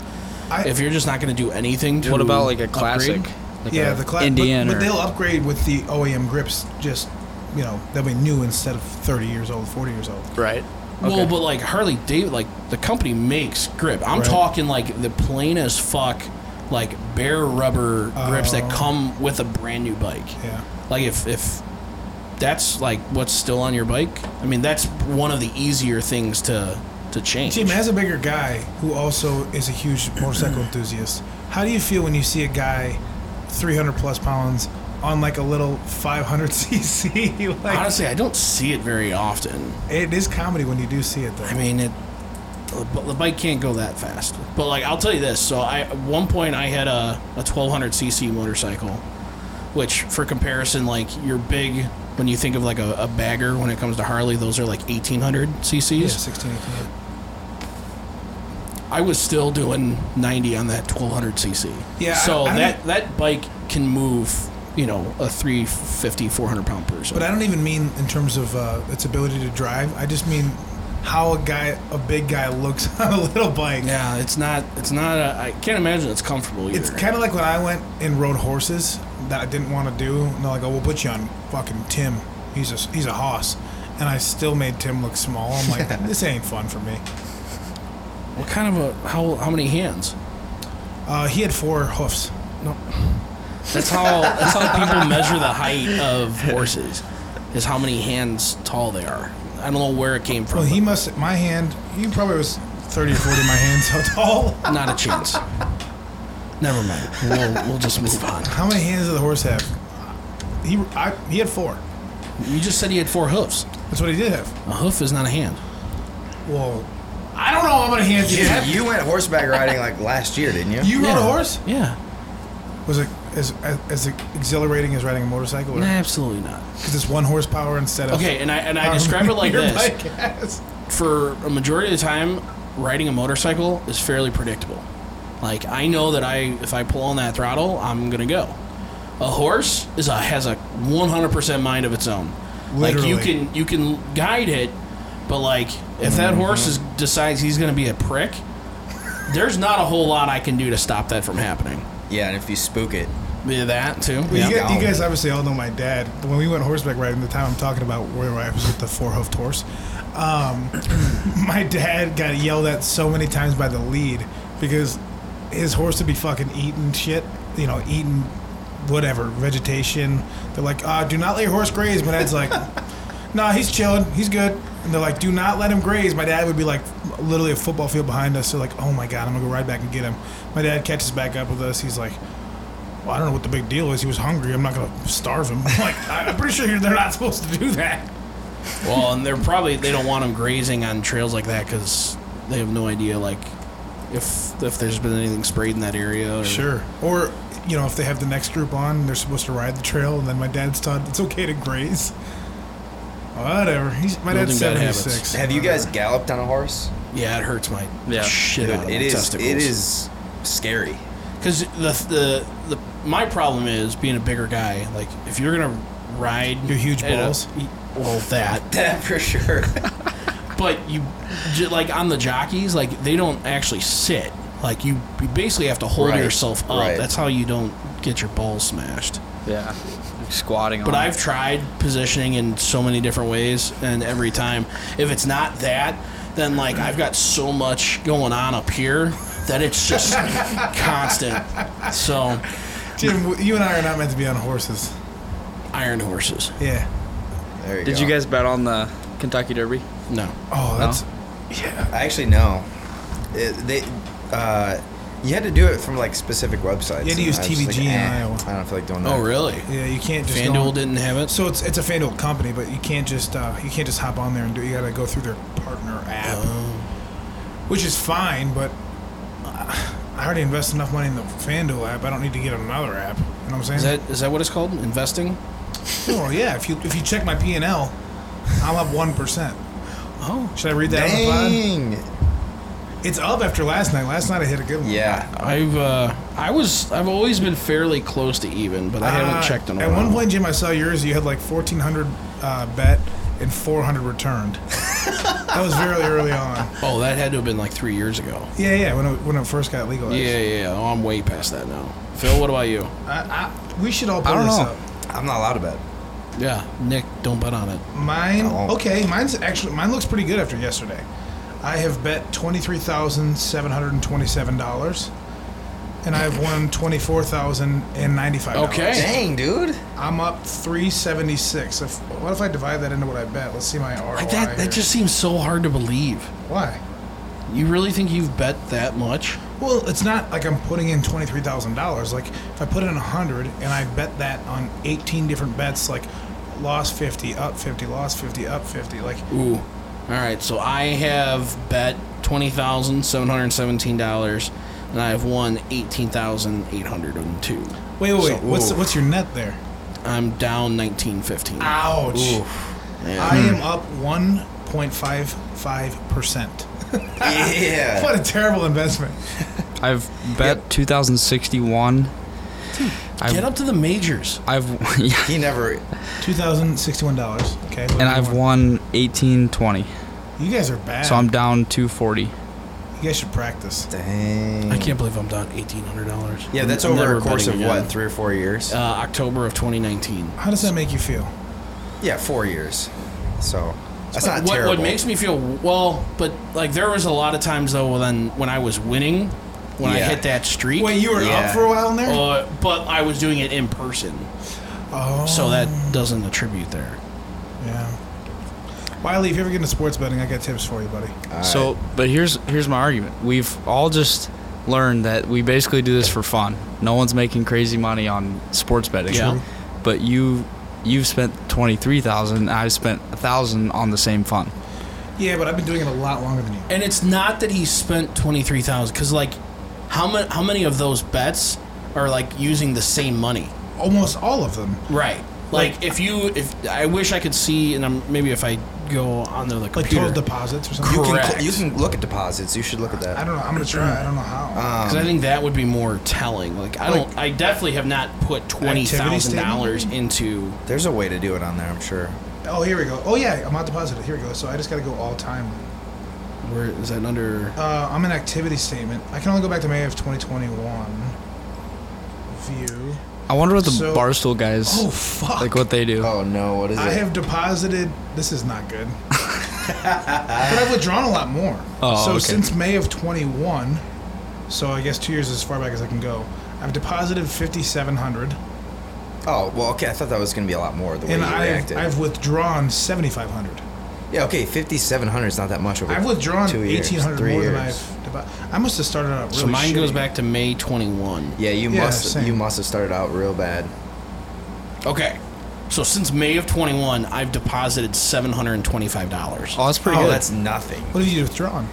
Speaker 1: I,
Speaker 2: if you're just not going to do anything to
Speaker 4: what about like a
Speaker 2: upgrade-
Speaker 4: classic? Like
Speaker 1: yeah,
Speaker 4: a
Speaker 1: the class.
Speaker 4: Indian
Speaker 1: but,
Speaker 4: or-
Speaker 1: but they'll upgrade with the OEM grips. Just you know, they'll be new instead of 30 years old, 40 years old.
Speaker 4: right?
Speaker 2: Well, but like Harley David, like the company makes grip. I'm
Speaker 1: Right.
Speaker 2: talking like the plain as fuck, like bare rubber grips that
Speaker 1: Oh.
Speaker 2: come with a brand new bike.
Speaker 1: Yeah.
Speaker 2: Like if if that's like what's still on your bike, I mean that's one of the easier things to to change.
Speaker 1: Jim, as a bigger guy who also is a huge motorcycle enthusiast, how do you feel when you see a guy 300 plus pounds on like a little 500 cc? like,
Speaker 2: Honestly, I don't see it very often.
Speaker 1: it is comedy when you do see it though.
Speaker 2: I mean it. the- The bike can't go that fast, but like I'll tell you this. So I, at one point, I had a a 1200 cc motorcycle, which for comparison, like your big when you think of like a, a bagger when it comes to Harley, those are like 1800 cc's.
Speaker 1: yeah, 16, 18.
Speaker 2: I was still doing 90 on that 1200 cc.
Speaker 1: Yeah,
Speaker 2: So
Speaker 1: I- I don't
Speaker 2: that that bike can move, you know, a 350 400 pound person.
Speaker 1: But I don't even mean in terms of uh, its ability to drive. I just mean how a guy, a big guy, looks on a little bike.
Speaker 2: yeah, it's not it's not a, I can't imagine it's comfortable either.
Speaker 1: It's kind of like when I went and rode horses that I didn't want to do. And they're like, "Oh, we'll put you on fucking Tim. He's a he's a hoss," and I still made Tim look small. I'm like, "This ain't fun for me."
Speaker 2: what kind of a how how many hands?
Speaker 1: Uh, he had four hoofs.
Speaker 2: That's how that's how people measure the height of horses is how many hands tall they are. I don't know where it came from.
Speaker 1: Well, Oh, he must. My hand. He probably was thirty or forty. in My hand's how tall.
Speaker 2: but not a chance. Never mind. We'll, we'll just move on.
Speaker 1: How many hands did the horse have? He I, he had four.
Speaker 2: You just said he had four hoofs.
Speaker 1: That's what he did have.
Speaker 2: A hoof is not a hand.
Speaker 1: Well, I don't know how many hands he
Speaker 3: You,
Speaker 1: had.
Speaker 3: you went horseback riding like last year, didn't you?
Speaker 1: You rode
Speaker 2: Yeah.
Speaker 1: a horse?
Speaker 2: Yeah.
Speaker 1: Was it as, as, as exhilarating as riding a motorcycle? Or
Speaker 2: Nah, absolutely not.
Speaker 1: is this one horsepower instead of
Speaker 2: Okay, and I and I
Speaker 1: however
Speaker 2: describe
Speaker 1: many
Speaker 2: it like
Speaker 1: your
Speaker 2: this.
Speaker 1: bike has?
Speaker 2: for a majority of the time, riding a motorcycle is fairly predictable. Like I know that I, if I pull on that throttle, I'm gonna go. A horse is a has a 100% mind of its own. Like you
Speaker 1: Literally. Mm-hmm.
Speaker 2: can you can guide it, but like if that horse is, decides he's gonna be a prick, there's not a whole lot I can do to stop that from happening.
Speaker 3: Yeah, and if you spook it,
Speaker 2: Yeah, that too.
Speaker 1: Well, you,
Speaker 3: Yeah.
Speaker 1: guys, you guys obviously all know my dad. But when we went horseback riding, the time I'm talking about where I was with the four hoofed horse, um, my dad got yelled at so many times by the lead because his horse would be fucking eating shit, you know, eating whatever vegetation. They're like, uh, do not let your horse graze. My dad's like, nah, he's chilling, he's good. And they're like, do not let him graze. My dad would be like, literally a football field behind us. So like, oh my god, I'm gonna go ride back and get him. My dad catches back up with us. He's like. Well, I don't know what the big deal is. He was hungry. I'm not going to starve him. I'm like, I- I'm pretty sure they're not supposed to do that.
Speaker 2: Well, and they're probably they don't want them grazing on trails like that because they have no idea like if if there's been anything sprayed in that area. Or,
Speaker 1: Sure. Or, you know, if they have the next group on, they're supposed to ride the trail, and then my dad's taught it's okay to graze. Whatever. He's, my dad's
Speaker 2: Building bad
Speaker 1: 76.
Speaker 3: have you guys galloped on a horse?
Speaker 2: Yeah, it hurts my
Speaker 4: Yeah.
Speaker 2: shit out of
Speaker 3: Dude,
Speaker 2: my
Speaker 3: it is.
Speaker 2: testicles.
Speaker 3: It is scary.
Speaker 2: because the, the the my problem is being a bigger guy. Like if you're gonna ride
Speaker 1: Your huge
Speaker 2: at a-
Speaker 1: balls.
Speaker 2: well that.
Speaker 3: That for sure.
Speaker 2: But you j- like on the jockeys, like they don't actually sit. Like you, you basically have to hold
Speaker 3: Right,
Speaker 2: yourself up.
Speaker 3: right.
Speaker 2: That's how you don't get your balls smashed.
Speaker 4: Yeah. Squatting
Speaker 2: But
Speaker 4: on
Speaker 2: I've tried positioning in so many different ways, and every time, if it's not that, then like I've got so much going on up here that it's just constant. So,
Speaker 1: Jim, w- you and I are not meant to be on horses.
Speaker 2: iron horses.
Speaker 1: Yeah.
Speaker 3: There you
Speaker 4: Did
Speaker 3: go.
Speaker 4: you guys bet on the Kentucky Derby?
Speaker 2: No.
Speaker 1: Oh, that's.
Speaker 3: Actually, no. It, they, uh, you had to do it from like specific
Speaker 1: You had
Speaker 3: websites.
Speaker 1: to
Speaker 3: and
Speaker 1: use
Speaker 3: I was just eh,
Speaker 1: TVG in Iowa.
Speaker 3: I don't feel like doing that.
Speaker 2: Oh, really?
Speaker 1: Yeah, you can't just. go
Speaker 2: FanDuel
Speaker 1: on-
Speaker 2: didn't have it.
Speaker 1: So it's it's a FanDuel company, but you can't just uh, you can't just hop on there and do. it. You got to go through their partner app,
Speaker 2: Oh.
Speaker 1: which is fine. But uh, I already invest enough money in the FanDuel app. I don't need to get another app. You know what I'm
Speaker 2: Is
Speaker 1: saying?
Speaker 2: that is that what it's called? Investing?
Speaker 1: well, yeah. If you if you check my P and L, I'm up one percent.
Speaker 2: Oh,
Speaker 1: Should I read that on the
Speaker 3: Dang.
Speaker 1: pod? It's up after last night. Last night I hit a good one.
Speaker 3: Yeah.
Speaker 2: I've uh, I was I've always been fairly close to even, but I
Speaker 1: Uh,
Speaker 2: haven't checked in a
Speaker 1: At
Speaker 2: while.
Speaker 1: one point, Jim, I saw yours. You had like 1,400 uh, bet and 400 returned. that was very early on.
Speaker 2: Oh, that had to have been like three years ago.
Speaker 1: Yeah, yeah. When it, when it first got legalized.
Speaker 2: Yeah, yeah. yeah. Oh, I'm way past that now. Phil, what about you?
Speaker 1: I, I, we should all pull
Speaker 4: I don't
Speaker 1: this
Speaker 4: know.
Speaker 1: up.
Speaker 3: I'm not allowed to bet.
Speaker 2: Yeah, Nick, don't bet on it.
Speaker 1: Mine,
Speaker 3: Oh.
Speaker 1: okay, mine's actually mine looks pretty good after yesterday. I have bet twenty three thousand seven hundred and twenty seven dollars, and I've won twenty four thousand and ninety five.
Speaker 2: Okay.
Speaker 3: Dang, dude.
Speaker 1: I'm up three seventy six. If what if I divide that into what I bet? Let's see my ROI.
Speaker 2: Like that,
Speaker 1: here.
Speaker 2: that just seems so hard to believe.
Speaker 1: why?
Speaker 2: You really think you've bet that much?
Speaker 1: Well, it's not like I'm putting in twenty three thousand dollars. Like if I put in a hundred and I bet that on eighteen different bets, like lost fifty, up fifty, lost fifty, up fifty, like.
Speaker 2: Ooh. All right, so I have bet twenty thousand seven hundred seventeen dollars, and I have won eighteen thousand eight hundred and two.
Speaker 1: Wait, wait, wait.
Speaker 2: So-
Speaker 1: what's
Speaker 2: Ooh.
Speaker 1: what's your net there?
Speaker 2: I'm down nineteen fifteen.
Speaker 1: Ouch.
Speaker 2: Yeah.
Speaker 1: I am up 1.55%.
Speaker 3: Yeah.
Speaker 1: What a terrible investment.
Speaker 4: I've bet 2061. I've,
Speaker 2: Get up to the majors.
Speaker 4: I've yeah,
Speaker 3: he never.
Speaker 1: $2,061. Okay.
Speaker 4: and I've won 1820.
Speaker 1: You guys are bad.
Speaker 4: So I'm down 240.
Speaker 1: you guys should practice.
Speaker 3: Dang.
Speaker 2: I can't believe I'm down eighteen hundred dollars.
Speaker 3: Yeah, that's over a course of what, three or four years?
Speaker 2: Uh, October of 2019.
Speaker 1: How does that make you feel?
Speaker 3: yeah, four years. So that's not
Speaker 2: what,
Speaker 3: terrible.
Speaker 2: what makes me feel well, but like there was a lot of times though when when I was winning, when I
Speaker 3: Yeah.
Speaker 2: hit that streak.
Speaker 1: Wait, you were
Speaker 3: Yeah.
Speaker 1: up for a while in there?
Speaker 2: uh, but I was doing it in person,
Speaker 4: Uh,
Speaker 1: oh.
Speaker 2: so that doesn't attribute there.
Speaker 1: Yeah. Wiley, if you ever
Speaker 4: Uh.
Speaker 1: get into sports betting, I got tips for you, buddy.
Speaker 4: so, but here's here's my argument. We've all just learned that we basically do this for fun. No one's making crazy money on sports betting.
Speaker 2: Yeah. True.
Speaker 4: But you you've spent 23,000, I've spent 1,000 on the same fun.
Speaker 1: Yeah, but I've been doing it a lot longer than you.
Speaker 2: And it's not that he spent twenty three thousand because like how many how many of those bets are like using the same money?
Speaker 1: Almost all of them.
Speaker 2: Right. Like, if you if I wish I could see and I'm maybe if I go on the, the
Speaker 1: Like
Speaker 2: computer
Speaker 1: total
Speaker 2: because
Speaker 1: deposits or something.
Speaker 3: You can,
Speaker 2: Correct.
Speaker 3: cl- you can look at deposits. You should look at that.
Speaker 1: I don't know. I'm gonna try. I don't know how.
Speaker 2: I think that would be more telling. Like I don't I definitely have not put twenty thousand dollars into
Speaker 3: There's a way to do it on there, I'm sure.
Speaker 4: Uh.
Speaker 1: oh, here we go. Oh yeah, I'm on deposit. Here we go. So I just gotta go all time.
Speaker 2: where is that under
Speaker 1: Uh, I'm an activity statement. I can only go back to May of 2021. View.
Speaker 4: I wonder what the
Speaker 1: So-
Speaker 4: Barstool guys
Speaker 1: Oh fuck.
Speaker 4: like what they do.
Speaker 3: Oh no, what is
Speaker 1: I
Speaker 3: it?
Speaker 1: have deposited. This is not good. but I've withdrawn a lot more.
Speaker 4: Oh,
Speaker 1: so
Speaker 4: okay.
Speaker 1: since May of 21, so I guess two years is as far back as I can go. I've deposited 5,700,
Speaker 3: oh well, okay. I thought that was gonna be a lot more the way
Speaker 1: and
Speaker 3: you
Speaker 1: I've,
Speaker 3: reacted.
Speaker 1: I've withdrawn 7,500.
Speaker 3: yeah, okay. Fifty-seven hundred is not that much over.
Speaker 1: I've withdrawn
Speaker 3: two years,
Speaker 1: 1,800 more
Speaker 3: three
Speaker 1: than
Speaker 3: years.
Speaker 1: I've. Depo- I must have started out Oh, really.
Speaker 2: So mine goes
Speaker 1: shitty.
Speaker 2: back to May twenty one.
Speaker 3: Yeah, you
Speaker 1: Yeah,
Speaker 3: must
Speaker 1: same.
Speaker 3: you must have started out real bad.
Speaker 2: Okay. So since May of twenty one I've deposited seven hundred and twenty five dollars.
Speaker 4: Oh, that's pretty
Speaker 3: oh,
Speaker 4: good.
Speaker 3: that's nothing.
Speaker 1: What have you withdrawn?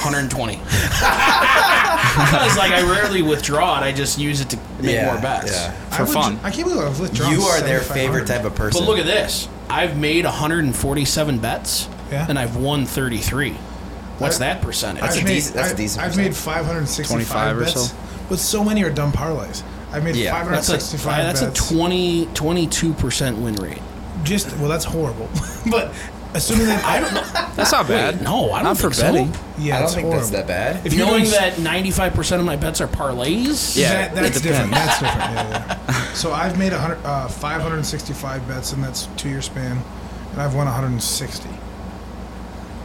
Speaker 2: 120. Because like I rarely withdraw it, I just use it to make
Speaker 3: Yeah,
Speaker 2: more bets.
Speaker 3: yeah.
Speaker 1: I
Speaker 4: For
Speaker 1: withd-
Speaker 4: fun.
Speaker 1: I can't believe I've withdrawn.
Speaker 3: You are their
Speaker 1: 7,500.
Speaker 3: favorite type of person.
Speaker 2: But look at this. I've made 147 bets,
Speaker 1: Yeah.
Speaker 2: and I've won 33. What's
Speaker 1: I-
Speaker 2: that percentage?
Speaker 3: That's
Speaker 1: I've
Speaker 3: a
Speaker 1: made,
Speaker 3: decent- that's a
Speaker 1: I-
Speaker 3: decent
Speaker 1: I've
Speaker 3: percent.
Speaker 1: made 565
Speaker 4: 25 or
Speaker 1: bets,
Speaker 4: so.
Speaker 1: but so many are dumb parlays. I've made
Speaker 3: Yeah.
Speaker 2: that's a,
Speaker 1: 565
Speaker 2: that's a
Speaker 1: bets.
Speaker 2: 20 22% win rate.
Speaker 1: Just well, that's horrible. but assuming that I don't know,
Speaker 4: That's not bad.
Speaker 2: No, I don't
Speaker 4: Not for
Speaker 2: think so.
Speaker 4: betting.
Speaker 1: yeah,
Speaker 3: I don't
Speaker 1: that's
Speaker 3: think
Speaker 1: horrible.
Speaker 3: that's that bad.
Speaker 1: If you're
Speaker 2: Knowing
Speaker 1: doing-
Speaker 2: that 95% of my bets are parlays.
Speaker 4: Yeah.
Speaker 1: that,
Speaker 4: it
Speaker 1: that's different. That's
Speaker 4: depends.
Speaker 1: different. Yeah, yeah. so I've made 100, uh, 565 bets in that's two year span, and I've won 160.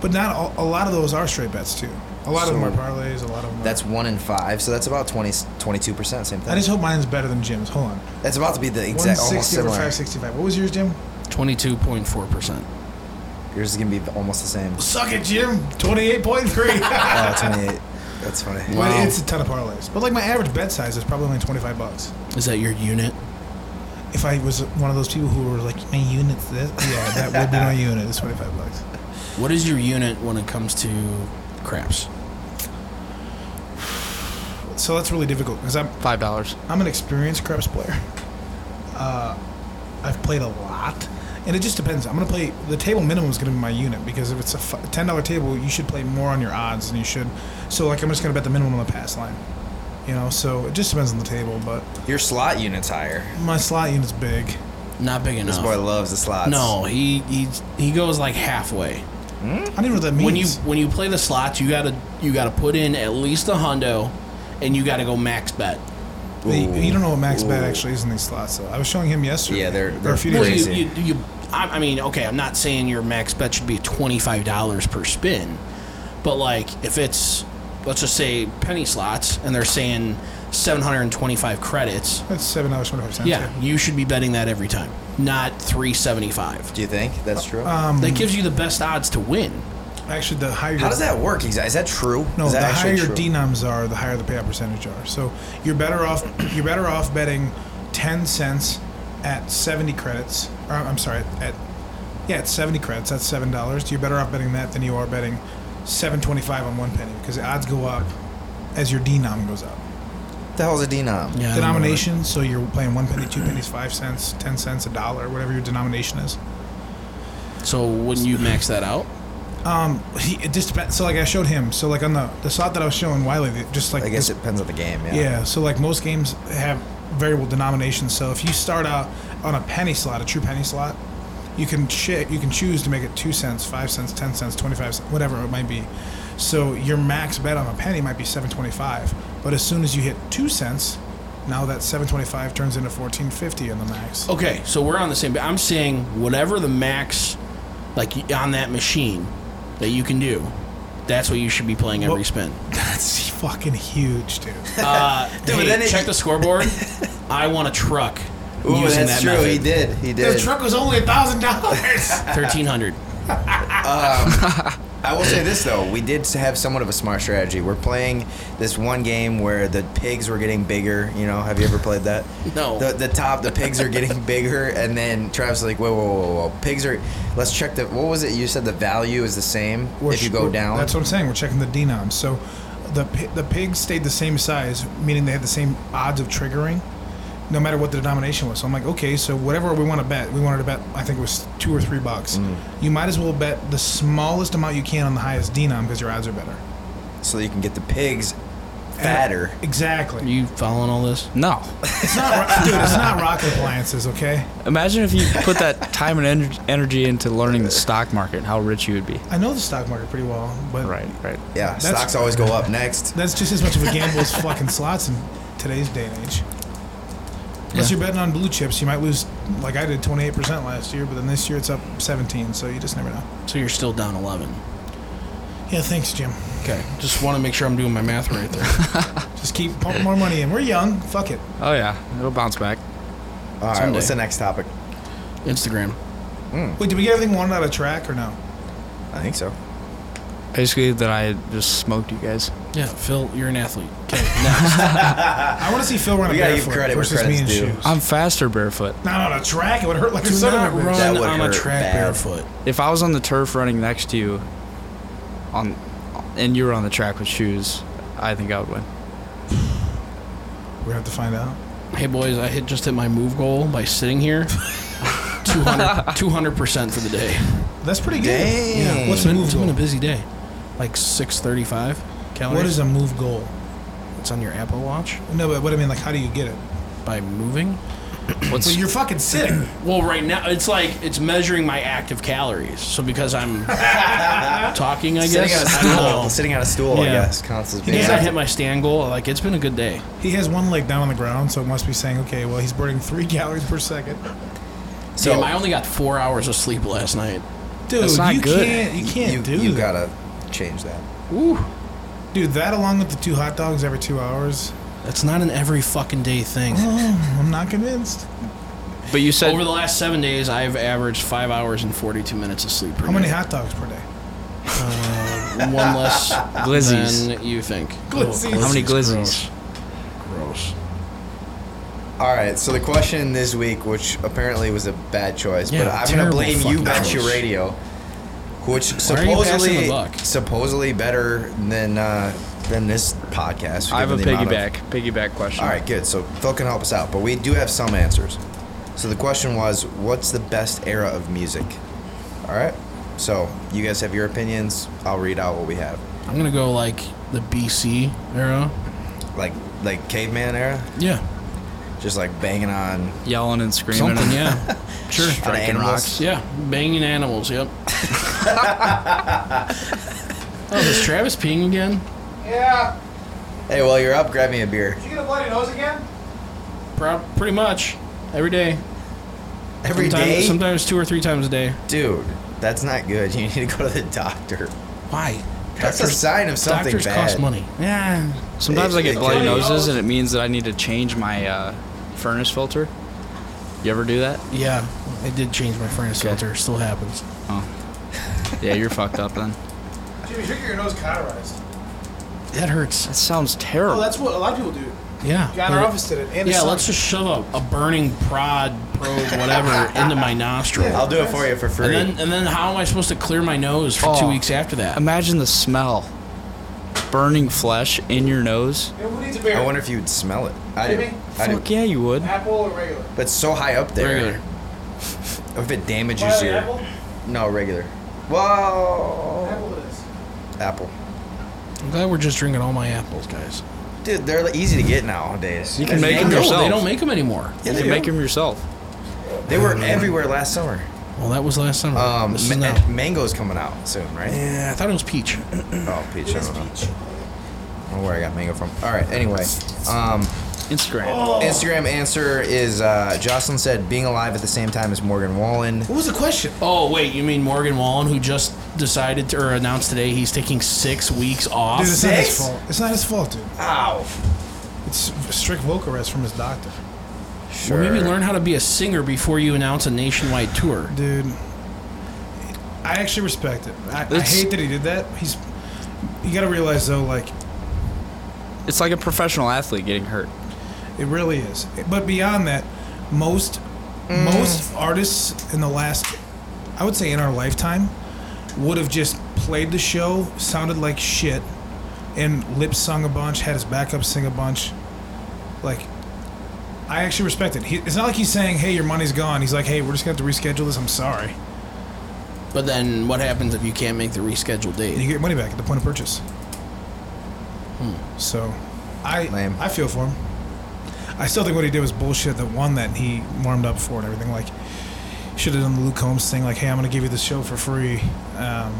Speaker 1: But not all, a lot of those are straight bets too. A lot of them
Speaker 3: So-
Speaker 1: are parlays. A lot of them. Are,
Speaker 3: That's one in five, so that's about 22 percent. Same thing.
Speaker 1: I just hope mine's better than Jim's. Hold on.
Speaker 3: that's about to be the exact
Speaker 1: 160
Speaker 3: almost
Speaker 1: over
Speaker 3: similar.
Speaker 1: 565. What was yours, Jim?
Speaker 2: 22.4%.
Speaker 3: Yours is gonna be almost the same.
Speaker 1: Suck it, Jim. 28.3.
Speaker 3: Oh, 28. That's funny.
Speaker 2: Wow.
Speaker 1: But it's a ton of parlays. But like my average bet size is probably only 25 bucks.
Speaker 2: Is that your unit?
Speaker 1: If I was one of those people who were like, my unit's this, yeah, that would be my unit. It's 25 bucks.
Speaker 2: What is your unit when it comes to craps?
Speaker 1: So that's really difficult because I'm
Speaker 4: Five dollars.
Speaker 1: I'm an experienced craps player. Uh, I've played a lot, and it just depends. I'm gonna play the table minimum is gonna be my unit because if it's a fi- ten dollar table, you should play more on your odds than you should. So like I'm just gonna bet the minimum on the pass line. You know, so it just depends on the table, but
Speaker 3: Your slot unit's higher.
Speaker 1: my slot unit's big.
Speaker 2: Not big enough.
Speaker 3: This boy loves the slots.
Speaker 2: No, he he he goes like halfway.
Speaker 1: I don't even know what that means.
Speaker 2: When you when you play the slots, you gotta you gotta put in at least a hundo, and you gotta go max bet.
Speaker 1: They-
Speaker 3: Ooh.
Speaker 1: you don't know what max bet actually is in these slots. Though. I was showing him yesterday.
Speaker 3: Yeah, they're-
Speaker 1: or
Speaker 3: they're
Speaker 1: a few
Speaker 2: Well,
Speaker 1: days.
Speaker 2: you,
Speaker 3: Crazy.
Speaker 2: you, you, I I mean, okay, I'm not saying your max bet should be twenty five dollars per spin, but like if it's let's just say penny slots, and they're saying seven hundred and twenty five credits,
Speaker 1: That's seven dollars twenty five cents.
Speaker 2: yeah, you should be betting that every time, not three seventy five.
Speaker 3: Do you think that's true?
Speaker 1: Um,
Speaker 2: That gives you the best odds to win.
Speaker 1: Actually, the higher
Speaker 3: How does that work? Is that, is that true?
Speaker 1: no,
Speaker 3: is that
Speaker 1: the higher
Speaker 3: actually
Speaker 1: your
Speaker 3: true?
Speaker 1: denoms are, the higher the payout percentage are. So you're better off you're better off betting ten cents at seventy credits. Or I'm sorry, at yeah, at seventy credits, that's seven dollars. You're better off betting that than you are betting seven twenty five on one penny because the odds go up as your denom goes up.
Speaker 3: What the hell's a denom?
Speaker 2: Yeah, I don't know that.
Speaker 1: denomination. So you're playing one penny, two pennies, five cents, ten cents, a dollar, whatever your denomination is.
Speaker 2: So wouldn't you max that out?
Speaker 1: He it just depends. So like I showed him. So like on the the slot that I was showing Wiley, the- just like
Speaker 3: I guess
Speaker 1: this-
Speaker 3: it depends on the game. Yeah.
Speaker 1: yeah. So like most games have variable denominations. So if you start out on a penny slot, a true penny slot, you can shit. You can choose to make it two cents, five cents, ten cents, twenty five cents, whatever it might be. So your max bet on a penny might be seven twenty five. But as soon as you hit two cents, now that seven twenty five turns into fourteen fifty on the max.
Speaker 2: Okay, so we're on the same. I'm saying whatever the max, like on that machine, that you can do, that's what you should be playing every
Speaker 1: Well-
Speaker 2: spin.
Speaker 1: That's fucking huge, dude.
Speaker 2: Uh,
Speaker 3: Dude,
Speaker 2: hey,
Speaker 3: but then it-
Speaker 2: check the scoreboard. I want a truck.
Speaker 3: Ooh,
Speaker 2: using
Speaker 3: that's
Speaker 2: that
Speaker 3: true. He
Speaker 2: Method.
Speaker 3: did. He did.
Speaker 1: was only a thousand dollars.
Speaker 2: Thirteen hundred.
Speaker 3: I will say this though, we did have somewhat of a smart strategy. We're playing this one game where the pigs were getting bigger. You know, have you ever played that?
Speaker 2: No.
Speaker 3: The, the top, the pigs are getting bigger, and then Travis is like, whoa, whoa, whoa, whoa, pigs are. Let's check the. What was it? You said the value is the same
Speaker 1: We're
Speaker 3: if you
Speaker 1: sh-
Speaker 3: go
Speaker 1: we're-
Speaker 3: down.
Speaker 1: That's what I'm saying. We're checking the denoms. So the pi- the pigs stayed the same size, meaning they had the same odds of triggering, no matter what the denomination was. So I'm like, okay, so whatever we want to bet, we wanted to bet. I think it was two or three bucks.
Speaker 3: Mm.
Speaker 1: You might as well bet the smallest amount you can on the highest denom because your odds are better.
Speaker 3: so you can get the pigs fatter.
Speaker 2: Are
Speaker 1: Exactly.
Speaker 2: you following all this?
Speaker 4: No.
Speaker 1: It's not, ro- dude. It's not rocket appliances, okay?
Speaker 4: Imagine if you put that time and ener- energy into learning the stock market and how rich you would be.
Speaker 1: I know the stock market pretty well, but
Speaker 4: Right, right.
Speaker 3: Yeah,
Speaker 1: That's-
Speaker 3: stocks always go up next.
Speaker 1: That's just as much of a gamble as fucking slots in today's day and age. Unless you're betting on blue chips, you might lose like I did 28% last year, but then this year it's up 17, so you just never know.
Speaker 2: So you're still down 11.
Speaker 1: Yeah, thanks, Jim.
Speaker 2: Okay. Just want to make sure I'm doing my math right there.
Speaker 1: Just keep pumping more money in. We're young. Fuck it.
Speaker 4: Oh yeah, it'll bounce back.
Speaker 3: All right,
Speaker 2: Someday.
Speaker 3: what's the next topic?
Speaker 2: Instagram.
Speaker 1: Wait, did we get everything wanted out of track or no?
Speaker 3: I think so.
Speaker 4: Basically, then I just smoked you guys.
Speaker 2: Yeah, Phil, you're an athlete. Okay.
Speaker 1: I want to see Phil run a
Speaker 3: We gotta give
Speaker 1: barefoot
Speaker 3: credit where
Speaker 1: versus me
Speaker 3: credit's
Speaker 1: in
Speaker 3: due.
Speaker 1: shoes.
Speaker 4: I'm faster barefoot.
Speaker 1: not on a track. It would hurt like a
Speaker 2: Do
Speaker 1: son
Speaker 2: not
Speaker 1: of a bitch.
Speaker 2: run
Speaker 3: would
Speaker 2: on a
Speaker 3: hurt
Speaker 2: track
Speaker 3: bad.
Speaker 2: barefoot.
Speaker 4: If I was on the turf running next to you, on, and you were on the track with shoes, I think I would win.
Speaker 1: We're gonna have to find out.
Speaker 2: Hey boys, I hit just hit my move goal by sitting here. 200 percent for the day.
Speaker 1: That's pretty good.
Speaker 3: Damn.
Speaker 1: Yeah. What's
Speaker 2: It's
Speaker 1: a
Speaker 2: been, it's
Speaker 1: move
Speaker 2: been a
Speaker 1: goal?
Speaker 2: busy day. Like 6:35 calories.
Speaker 1: What is a move goal?
Speaker 2: It's on your Apple Watch
Speaker 1: No, but what I mean, like, how do you get it?
Speaker 2: by moving.
Speaker 1: So
Speaker 4: What's
Speaker 1: you're fucking sitting.
Speaker 2: Well, right now it's like it's measuring my active calories. So because I'm talking, I
Speaker 3: Sitting on a
Speaker 2: guess. I don't know.
Speaker 3: stool, sitting on a stool, I
Speaker 2: Yeah.
Speaker 3: guess, counts as being.
Speaker 2: Because I hit my stand goal, like it's been a good day.
Speaker 1: He has one leg down on the ground, so it must be saying, okay, well, he's burning three calories per second.
Speaker 3: So-
Speaker 2: Damn, I only got four hours of sleep last night.
Speaker 1: Dude,
Speaker 4: That's not
Speaker 1: you
Speaker 4: good.
Speaker 1: can't, you can't
Speaker 3: you,
Speaker 1: do
Speaker 3: you
Speaker 1: that.
Speaker 3: gotta change that.
Speaker 2: Woo,
Speaker 1: Dude, that along with the two hot dogs every two hours,
Speaker 2: that's not an every fucking day thing.
Speaker 1: oh, I'm not convinced.
Speaker 4: but you said
Speaker 2: Over the last seven days, I've averaged five hours and forty-two minutes of sleep per
Speaker 1: How many
Speaker 2: night.
Speaker 1: hot dogs per day?
Speaker 2: One less
Speaker 4: Glizzies.
Speaker 2: than you think.
Speaker 1: Glizzies.
Speaker 4: How many
Speaker 2: Glizzies?
Speaker 4: glizzies?
Speaker 2: Gross. Gross.
Speaker 3: All right, so the question this week, which apparently was a bad choice,
Speaker 2: Yeah,
Speaker 3: but I'm gonna
Speaker 2: terrible
Speaker 3: blame you,
Speaker 2: fucking
Speaker 3: Bet
Speaker 2: choice.
Speaker 3: Your Radio, which
Speaker 2: are you passing the
Speaker 3: supposedly
Speaker 2: buck?
Speaker 3: supposedly better than uh, than this podcast.
Speaker 4: I have a
Speaker 3: given the amount of-
Speaker 4: piggyback piggyback question.
Speaker 3: All right, good. So Phil can help us out, but we do have some answers. So the question was, what's the best era of music? All right. So you guys have your opinions. I'll read out what we have.
Speaker 2: I'm gonna go like the BC era.
Speaker 3: Like like caveman era,
Speaker 2: Yeah.
Speaker 3: just like banging on
Speaker 4: yelling and screaming.
Speaker 2: Something.
Speaker 4: and
Speaker 2: Yeah. sure.
Speaker 4: striking
Speaker 3: animals.
Speaker 4: rocks.
Speaker 2: Yeah, banging animals. Yep. oh, is Travis peeing again?
Speaker 1: Yeah.
Speaker 3: Hey, while you're up, grab me a beer.
Speaker 1: you get a bloody nose again?
Speaker 2: Prob- pretty much every day.
Speaker 3: Every
Speaker 2: sometimes,
Speaker 3: day,
Speaker 2: Sometimes two or three times a day.
Speaker 3: dude. That's not good. You need to go to the doctor.
Speaker 2: Why?
Speaker 3: That's a sign of something
Speaker 2: Doctors
Speaker 3: bad.
Speaker 2: cost money. Yeah.
Speaker 4: Sometimes I
Speaker 3: It-
Speaker 4: get
Speaker 3: it
Speaker 4: bloody
Speaker 3: can-
Speaker 4: noses, and it means that I need to change my uh, furnace filter. You ever do that?
Speaker 2: Yeah. I did change my furnace
Speaker 4: Okay.
Speaker 2: filter. Still happens.
Speaker 4: Oh, yeah, you're fucked up then.
Speaker 1: Jimmy, you're your nose cauterized.
Speaker 2: That hurts.
Speaker 4: That sounds terrible.
Speaker 1: Oh,
Speaker 3: Oh,
Speaker 1: what a lot of people do.
Speaker 2: Yeah.
Speaker 1: Guy in our office did it. And
Speaker 2: yeah, let's just shove a, a burning prod, probe, whatever, into my nostril.
Speaker 3: I'll do it for you for
Speaker 2: and
Speaker 3: free.
Speaker 2: then, and then how am I supposed to clear my nose for two
Speaker 4: Oh.
Speaker 2: weeks after that?
Speaker 4: Imagine the smell. Burning flesh in your nose.
Speaker 1: Who needs a
Speaker 3: I wonder if you'd smell it. I do.
Speaker 1: Jimmy?
Speaker 3: I do.
Speaker 4: Fuck yeah, you would.
Speaker 1: Apple or regular?
Speaker 3: But it's so high up there.
Speaker 2: Regular.
Speaker 3: If it damages your no regular. Whoa.
Speaker 1: it is.
Speaker 3: Apple.
Speaker 2: I'm glad we're just drinking all my apples, guys.
Speaker 3: Dude, they're easy to get nowadays.
Speaker 4: You can make
Speaker 2: No,
Speaker 4: them yourself.
Speaker 2: they don't make them anymore.
Speaker 3: Yeah,
Speaker 4: you
Speaker 3: they,
Speaker 4: can make
Speaker 3: do.
Speaker 4: them yourself.
Speaker 3: They were everywhere last summer.
Speaker 2: Well, that was last summer. Mm-hmm.
Speaker 3: Um,
Speaker 2: This is
Speaker 3: ma-
Speaker 2: now.
Speaker 3: mango's coming out soon, right?
Speaker 2: Yeah, I thought it was peach.
Speaker 3: Oh, peach. I don't know. I don't know where I got mango from. All right. Anyway, um,
Speaker 4: Instagram.
Speaker 3: Instagram answer is uh, Jocelyn said being alive at the same time as Morgan Wallen.
Speaker 1: What was the question?
Speaker 2: Oh wait, you mean Morgan Wallen, who just decided to, or announced today he's taking six weeks off?
Speaker 1: Dude, it's not his
Speaker 3: Six?
Speaker 1: fault. It's not his fault, dude.
Speaker 3: Ow.
Speaker 1: It's strict vocal rest from his doctor.
Speaker 3: Sure.
Speaker 2: Well, maybe learn how to be a singer before you announce a nationwide tour.
Speaker 1: Dude, I actually respect it. I, I
Speaker 4: It's-
Speaker 1: hate that he did that. He's you got to realize though, like
Speaker 4: It's like a professional athlete getting hurt.
Speaker 1: It really is. But beyond that, most most artists in the last I would say in our lifetime would have just played the show, sounded like shit, and lip sung a bunch, had his backup sing a bunch. Like I actually respect it. He, it's not like he's saying, "Hey, your money's gone." He's like, "Hey, we're just gonna have to reschedule this. I'm sorry."
Speaker 2: But then what happens if you can't make the rescheduled
Speaker 1: And you
Speaker 2: date?
Speaker 1: get your money back at the point of purchase. So, I
Speaker 3: Lame.
Speaker 1: I feel for him. I still think what he did was bullshit. That won that he warmed up for and everything. Like, should have done the Luke Combs thing. Like, hey, I'm gonna give you this show for free. Um,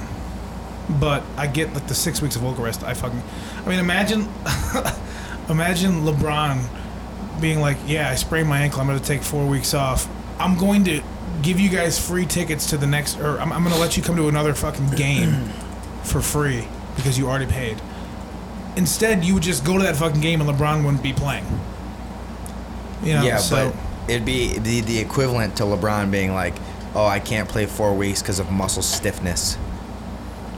Speaker 1: but I get like the six weeks of vocal rest. I fucking, I mean, imagine, imagine LeBron being like, yeah, I sprained my ankle. I'm gonna take four weeks off. I'm going to give you guys free tickets to the next, or I'm, I'm gonna let you come to another fucking game for free because you already paid. Instead, you would just go to that fucking game and LeBron wouldn't be playing. You know,
Speaker 3: yeah,
Speaker 1: so
Speaker 3: but it'd be the, the equivalent to LeBron being like, "Oh, I can't play four weeks because of muscle stiffness."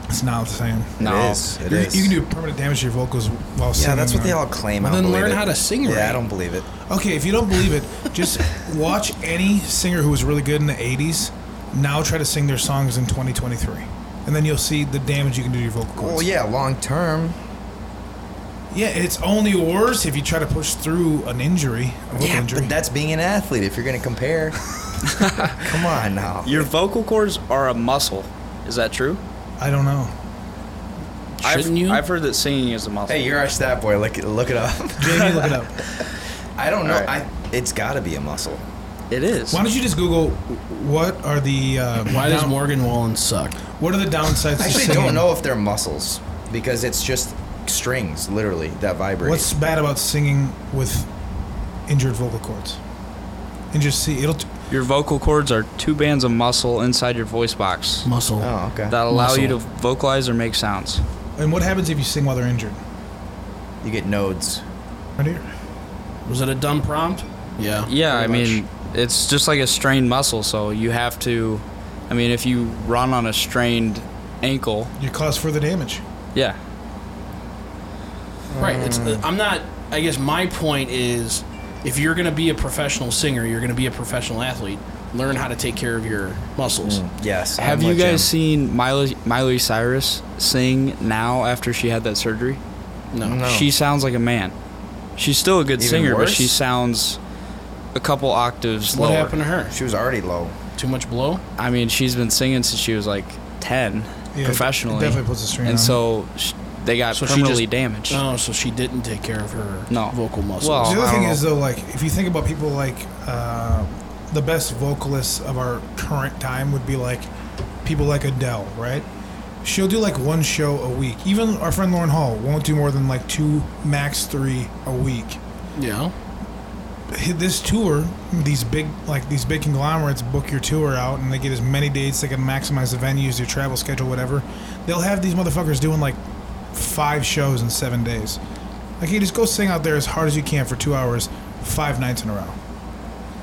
Speaker 1: it's not the same.
Speaker 4: No.
Speaker 3: It is. It
Speaker 1: You-
Speaker 3: is.
Speaker 1: You can do permanent damage to your vocals while singing.
Speaker 3: Yeah, that's what
Speaker 1: or-
Speaker 3: they all claim.
Speaker 2: Well,
Speaker 3: I don't
Speaker 2: then
Speaker 3: believe
Speaker 2: learn
Speaker 3: it.
Speaker 2: how to sing
Speaker 3: Yeah,
Speaker 2: right.
Speaker 3: I don't believe it.
Speaker 1: Okay, if you don't believe it, just watch any singer who was really good in the 80s now try to sing their songs in 2023. And then you'll see the damage you can do to your vocal cords.
Speaker 3: Well, yeah, long term.
Speaker 1: Yeah, it's only worse if you try to push through an injury, a vocal
Speaker 3: Yeah,
Speaker 1: injury.
Speaker 3: but that's being an athlete. If you're gonna compare, come on now.
Speaker 4: Your vocal cords are a muscle. Is that true?
Speaker 1: I don't know.
Speaker 4: I've,
Speaker 2: Shouldn't you?
Speaker 4: I've heard that singing is a muscle.
Speaker 3: Hey, you're our stat boy. Look, it- look it up.
Speaker 1: Jamie, look it up.
Speaker 3: I don't know.
Speaker 4: All right.
Speaker 3: I. It's got to be a muscle.
Speaker 4: It is.
Speaker 1: Why don't you just Google what are the uh,
Speaker 2: Why does
Speaker 1: down-
Speaker 2: Morgan Wallen suck?
Speaker 1: what are the downsides?
Speaker 3: I
Speaker 1: to
Speaker 3: actually
Speaker 1: singing?
Speaker 3: don't know if they're muscles because it's just strings, literally, that vibrate.
Speaker 1: What's bad about singing with injured vocal cords? And just see it'll. T-
Speaker 4: Your vocal cords are two bands of muscle inside your voice box
Speaker 2: Muscle.
Speaker 3: oh, okay.
Speaker 4: that allow you to
Speaker 2: Muscle.
Speaker 4: vocalize or make sounds.
Speaker 1: and what happens if you sing while they're injured?
Speaker 3: you get nodes.
Speaker 1: Right here.
Speaker 2: Was it a dumb prompt? Yeah.
Speaker 4: Yeah, I
Speaker 2: pretty much.
Speaker 4: mean, it's just like a strained muscle, so you have to. I mean, if you run on a strained ankle,
Speaker 1: You cause further damage.
Speaker 4: yeah,
Speaker 2: Right. It's, uh, I'm not. I guess my point is, if you're going to be a professional singer, you're going to be a professional athlete. Learn how to take care of your muscles.
Speaker 3: Mm. Yes. I'm
Speaker 4: Have you
Speaker 3: with Jim.
Speaker 4: guys seen Miley, Miley Cyrus sing now after she had that surgery?
Speaker 2: No.
Speaker 3: No.
Speaker 4: She sounds like a man. She's still a good
Speaker 3: Even
Speaker 4: singer,
Speaker 3: worse?
Speaker 4: but she sounds a couple octaves
Speaker 2: What
Speaker 4: lower.
Speaker 2: happened to her?
Speaker 3: She was already low.
Speaker 2: Too much blow?
Speaker 4: I mean, she's been singing since she was like 10
Speaker 1: Yeah, it
Speaker 4: professionally.
Speaker 1: definitely puts a strain on
Speaker 4: And so sh- they got
Speaker 2: So she
Speaker 4: permanently
Speaker 2: just-
Speaker 4: damaged.
Speaker 2: Oh, so she didn't take care of her
Speaker 4: No.
Speaker 2: vocal muscles.
Speaker 4: Well-
Speaker 1: the
Speaker 4: I
Speaker 1: other
Speaker 4: don't
Speaker 1: thing
Speaker 4: know.
Speaker 1: is though, like if you think about people like uh, the best vocalists of our current time would be like people like Adele, right? She'll do like one show a week. Even our friend Lauren Hall won't do more than like two, max three a week.
Speaker 2: yeah.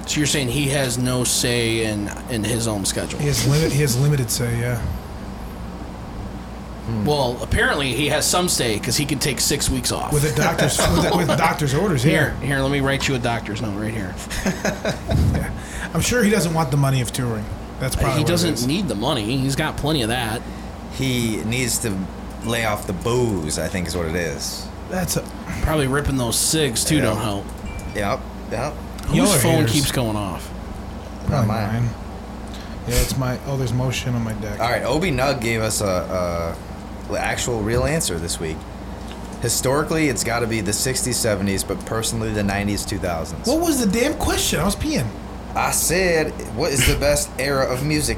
Speaker 2: So you're saying he has no say in in his own schedule?
Speaker 1: He has limit. He has limited say. Yeah.
Speaker 2: Well, apparently he has some say because he can take six weeks off.
Speaker 1: With a doctor's with, a, with doctor's orders.
Speaker 2: here,
Speaker 1: Here,
Speaker 2: here, let me write you a doctor's note right here.
Speaker 1: I'm sure he doesn't want the money of touring. That's probably
Speaker 2: he
Speaker 1: what it is.
Speaker 2: doesn't need the money. He's got plenty of that.
Speaker 3: He needs to lay off the booze, I think is what it is.
Speaker 1: That's a,
Speaker 2: Probably ripping those cigs too
Speaker 3: Yeah.
Speaker 2: don't help.
Speaker 3: Yep, yep.
Speaker 1: Y'all
Speaker 2: Whose
Speaker 1: are
Speaker 2: phone
Speaker 1: haters.
Speaker 2: keeps going off?
Speaker 1: probably
Speaker 3: mine.
Speaker 1: mine. Yeah, it's my. Oh, there's motion on my deck.
Speaker 3: All right, Obi Nug gave us a, a actual real answer this week. Historically, it's got to be the 60s, 70s, but personally, the 90s, 2000s.
Speaker 1: What was the damn question? I was peeing.
Speaker 3: I said, what is the best era of music?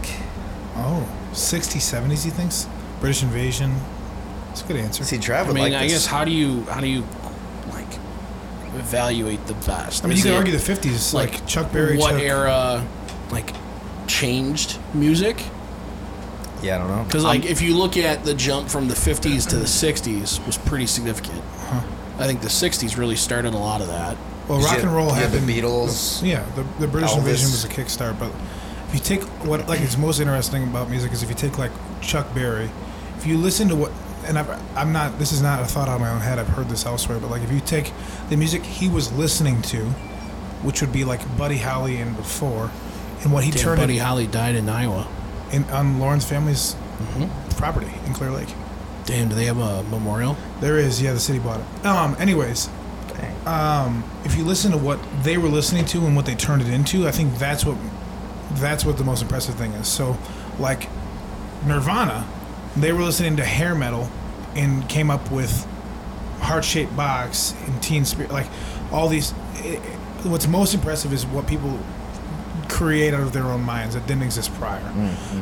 Speaker 1: Oh, 60s, 70s, he thinks? British invasion. That's a good answer.
Speaker 3: See, Trav
Speaker 2: I
Speaker 3: would
Speaker 2: mean,
Speaker 3: like
Speaker 2: I
Speaker 3: this.
Speaker 2: guess how do you how do you like evaluate the best?
Speaker 1: I mean, you
Speaker 2: Is
Speaker 1: could
Speaker 2: it,
Speaker 1: argue the 50s, like, Chuck Berry.
Speaker 2: What
Speaker 1: Chuck,
Speaker 2: era, like, changed music?
Speaker 3: yeah, I don't know.
Speaker 2: Because like if you look at the jump from the 50s to the 60s was pretty significant. I think the 60s really started a lot of that.
Speaker 1: Well, rock and roll
Speaker 3: you had
Speaker 1: happened.
Speaker 3: the Beatles.
Speaker 1: Yeah, the, the British
Speaker 3: Elvis.
Speaker 1: invasion was a kickstart, but if If you take what like is most interesting about music is if you take like Chuck Berry, if you listen to what and I've, I'm not this is not a thought out of my own head. I've heard this elsewhere, but like if you take the music he was listening to, which would be like Buddy Holly and before, and what he
Speaker 2: Damn,
Speaker 1: turned
Speaker 2: Buddy
Speaker 1: it-
Speaker 2: Holly died in Iowa.
Speaker 1: in, on Lauren's family's
Speaker 2: Mm-hmm.
Speaker 1: property in Clear Lake.
Speaker 2: Damn, do they have a memorial?
Speaker 1: There is, yeah, the city bought it. Um, anyways, um, if you listen to what they were listening to and what they turned it into, I think that's what that's what the most impressive thing is. So, like Nirvana, they were listening to hair metal and came up with heart shaped box and Teen Spirit, like all these. It, it- what's most impressive is what people create out of their own minds that didn't exist prior.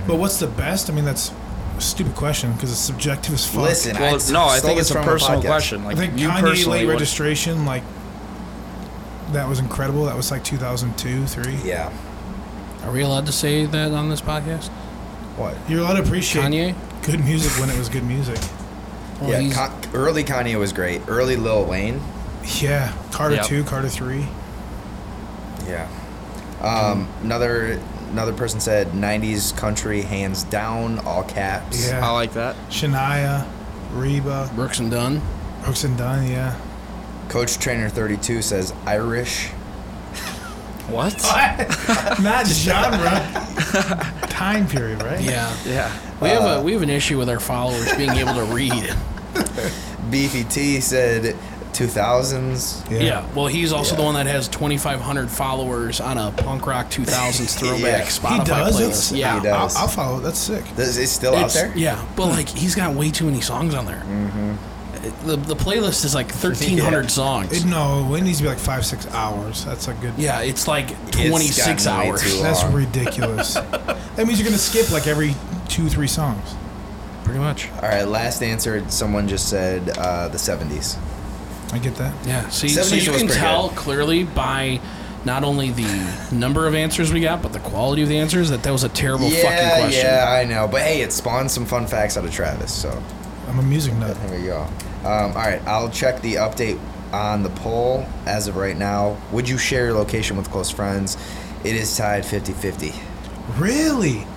Speaker 1: But what's the best? I mean, that's a stupid question because it's subjective as fuck.
Speaker 3: Listen,
Speaker 4: Well,
Speaker 3: I
Speaker 4: no, I
Speaker 3: stole
Speaker 4: think
Speaker 3: this
Speaker 4: it's a
Speaker 3: from
Speaker 4: personal
Speaker 3: podcast.
Speaker 4: question. Like
Speaker 1: I think
Speaker 4: you
Speaker 1: Kanye
Speaker 4: personally,
Speaker 1: late
Speaker 4: what-
Speaker 1: registration, like that was incredible. That was like 2002, three.
Speaker 3: Yeah.
Speaker 2: Are we allowed to say that on this podcast?
Speaker 3: What?
Speaker 1: You're allowed to appreciate
Speaker 2: Kanye?
Speaker 1: good music when it was good music.
Speaker 2: Well,
Speaker 3: yeah.
Speaker 2: Oh, he's-
Speaker 3: Con- early Kanye was great. Early Lil Wayne.
Speaker 1: Yeah, Carter
Speaker 4: Yep.
Speaker 1: two, Carter three.
Speaker 3: Yeah. Um, another another person said '90s country hands down, all caps.
Speaker 1: Yeah,
Speaker 4: I like that.
Speaker 1: Shania, Reba,
Speaker 2: Brooks and Dunn.
Speaker 1: Brooks and Dunn. Yeah,
Speaker 3: Coach Trainer 32 says Irish.
Speaker 4: What?
Speaker 1: not genre, time period, right?
Speaker 2: Yeah.
Speaker 4: Yeah.
Speaker 2: We have a we have an issue with our followers being able to read.
Speaker 3: Beefy T said 2000s.
Speaker 2: Yeah. Well, he's also the one that has 2,500 followers on a punk rock 2000s throwback
Speaker 3: Yeah.
Speaker 2: Spotify
Speaker 1: he does. That's,
Speaker 2: playlist. Yeah.
Speaker 3: He does.
Speaker 1: I'll, I'll follow. it. That's sick.
Speaker 3: This is still
Speaker 2: It's-
Speaker 3: out there.
Speaker 2: Yeah, but like he's got way too many songs on there. Mm-hmm. The the playlist is like 1,300
Speaker 3: Yeah.
Speaker 2: songs.
Speaker 1: It, no, it needs to be like five, six hours. That's a good.
Speaker 2: yeah, it's like
Speaker 3: gotten
Speaker 2: 26
Speaker 3: way
Speaker 2: hours.
Speaker 3: too
Speaker 1: That's
Speaker 3: long.
Speaker 1: ridiculous. that means you're gonna skip like every two, three songs.
Speaker 2: Pretty much.
Speaker 3: All right, last answer. Someone just said uh, the 70s.
Speaker 1: I get that.
Speaker 2: Yeah. See, so
Speaker 3: 70s
Speaker 2: you
Speaker 3: was
Speaker 2: can
Speaker 3: pretty
Speaker 2: tell
Speaker 3: good.
Speaker 2: clearly by not only the number of answers we got, but the quality of the answers that that was a terrible Oh, fucking
Speaker 3: yeah,
Speaker 2: question.
Speaker 3: yeah, I know. But hey, it spawned some fun facts out of Travis. So
Speaker 1: I'm a music nut.
Speaker 3: there we go. Um, all right, I'll check the update on the poll as of right now. Would you share your location with close friends? It is tied 50 50.
Speaker 1: Really?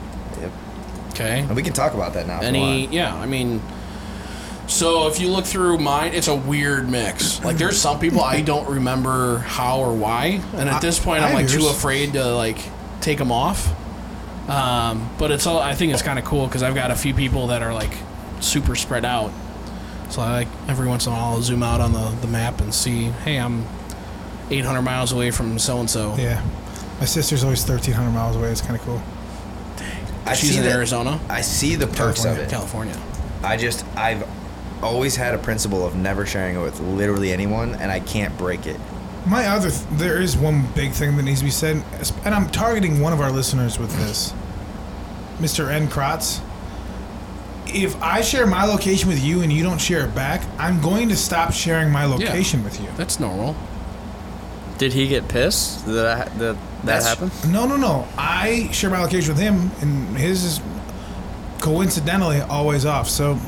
Speaker 2: Okay.
Speaker 3: And we can talk about that now. if you
Speaker 2: Any,
Speaker 3: want.
Speaker 2: yeah, I mean, so if you look through mine, it's a weird mix. Like, there's some people I don't remember how or why, and at this point,
Speaker 1: I
Speaker 2: I'm like too
Speaker 1: yours.
Speaker 2: afraid to like take them off. Um, but it's all I think it's kind of cool because I've got a few people that are like super spread out. So I like every once in a while I'll zoom out on the, the map and see, hey, I'm 800 miles away from so and so.
Speaker 1: Yeah. My sister's always 1,300 miles away. It's kind of cool.
Speaker 3: I
Speaker 2: She's
Speaker 3: see
Speaker 2: in
Speaker 3: the-
Speaker 2: Arizona,
Speaker 3: I see the perks of it.
Speaker 2: California.
Speaker 3: I just I've always had a principle of never sharing it with literally anyone, and I can't break it.
Speaker 1: My other, th- there is one big thing that needs to be said, es- and I'm targeting one of our listeners with this, Mr. N. Kratz. If I share my location with you and you don't share it back, I'm going to stop sharing my location with you.
Speaker 2: That's normal.
Speaker 4: Did he get pissed that I, that that
Speaker 3: That's-
Speaker 4: happened?
Speaker 1: No, no, no. I share my location with him, and his is coincidentally always off. So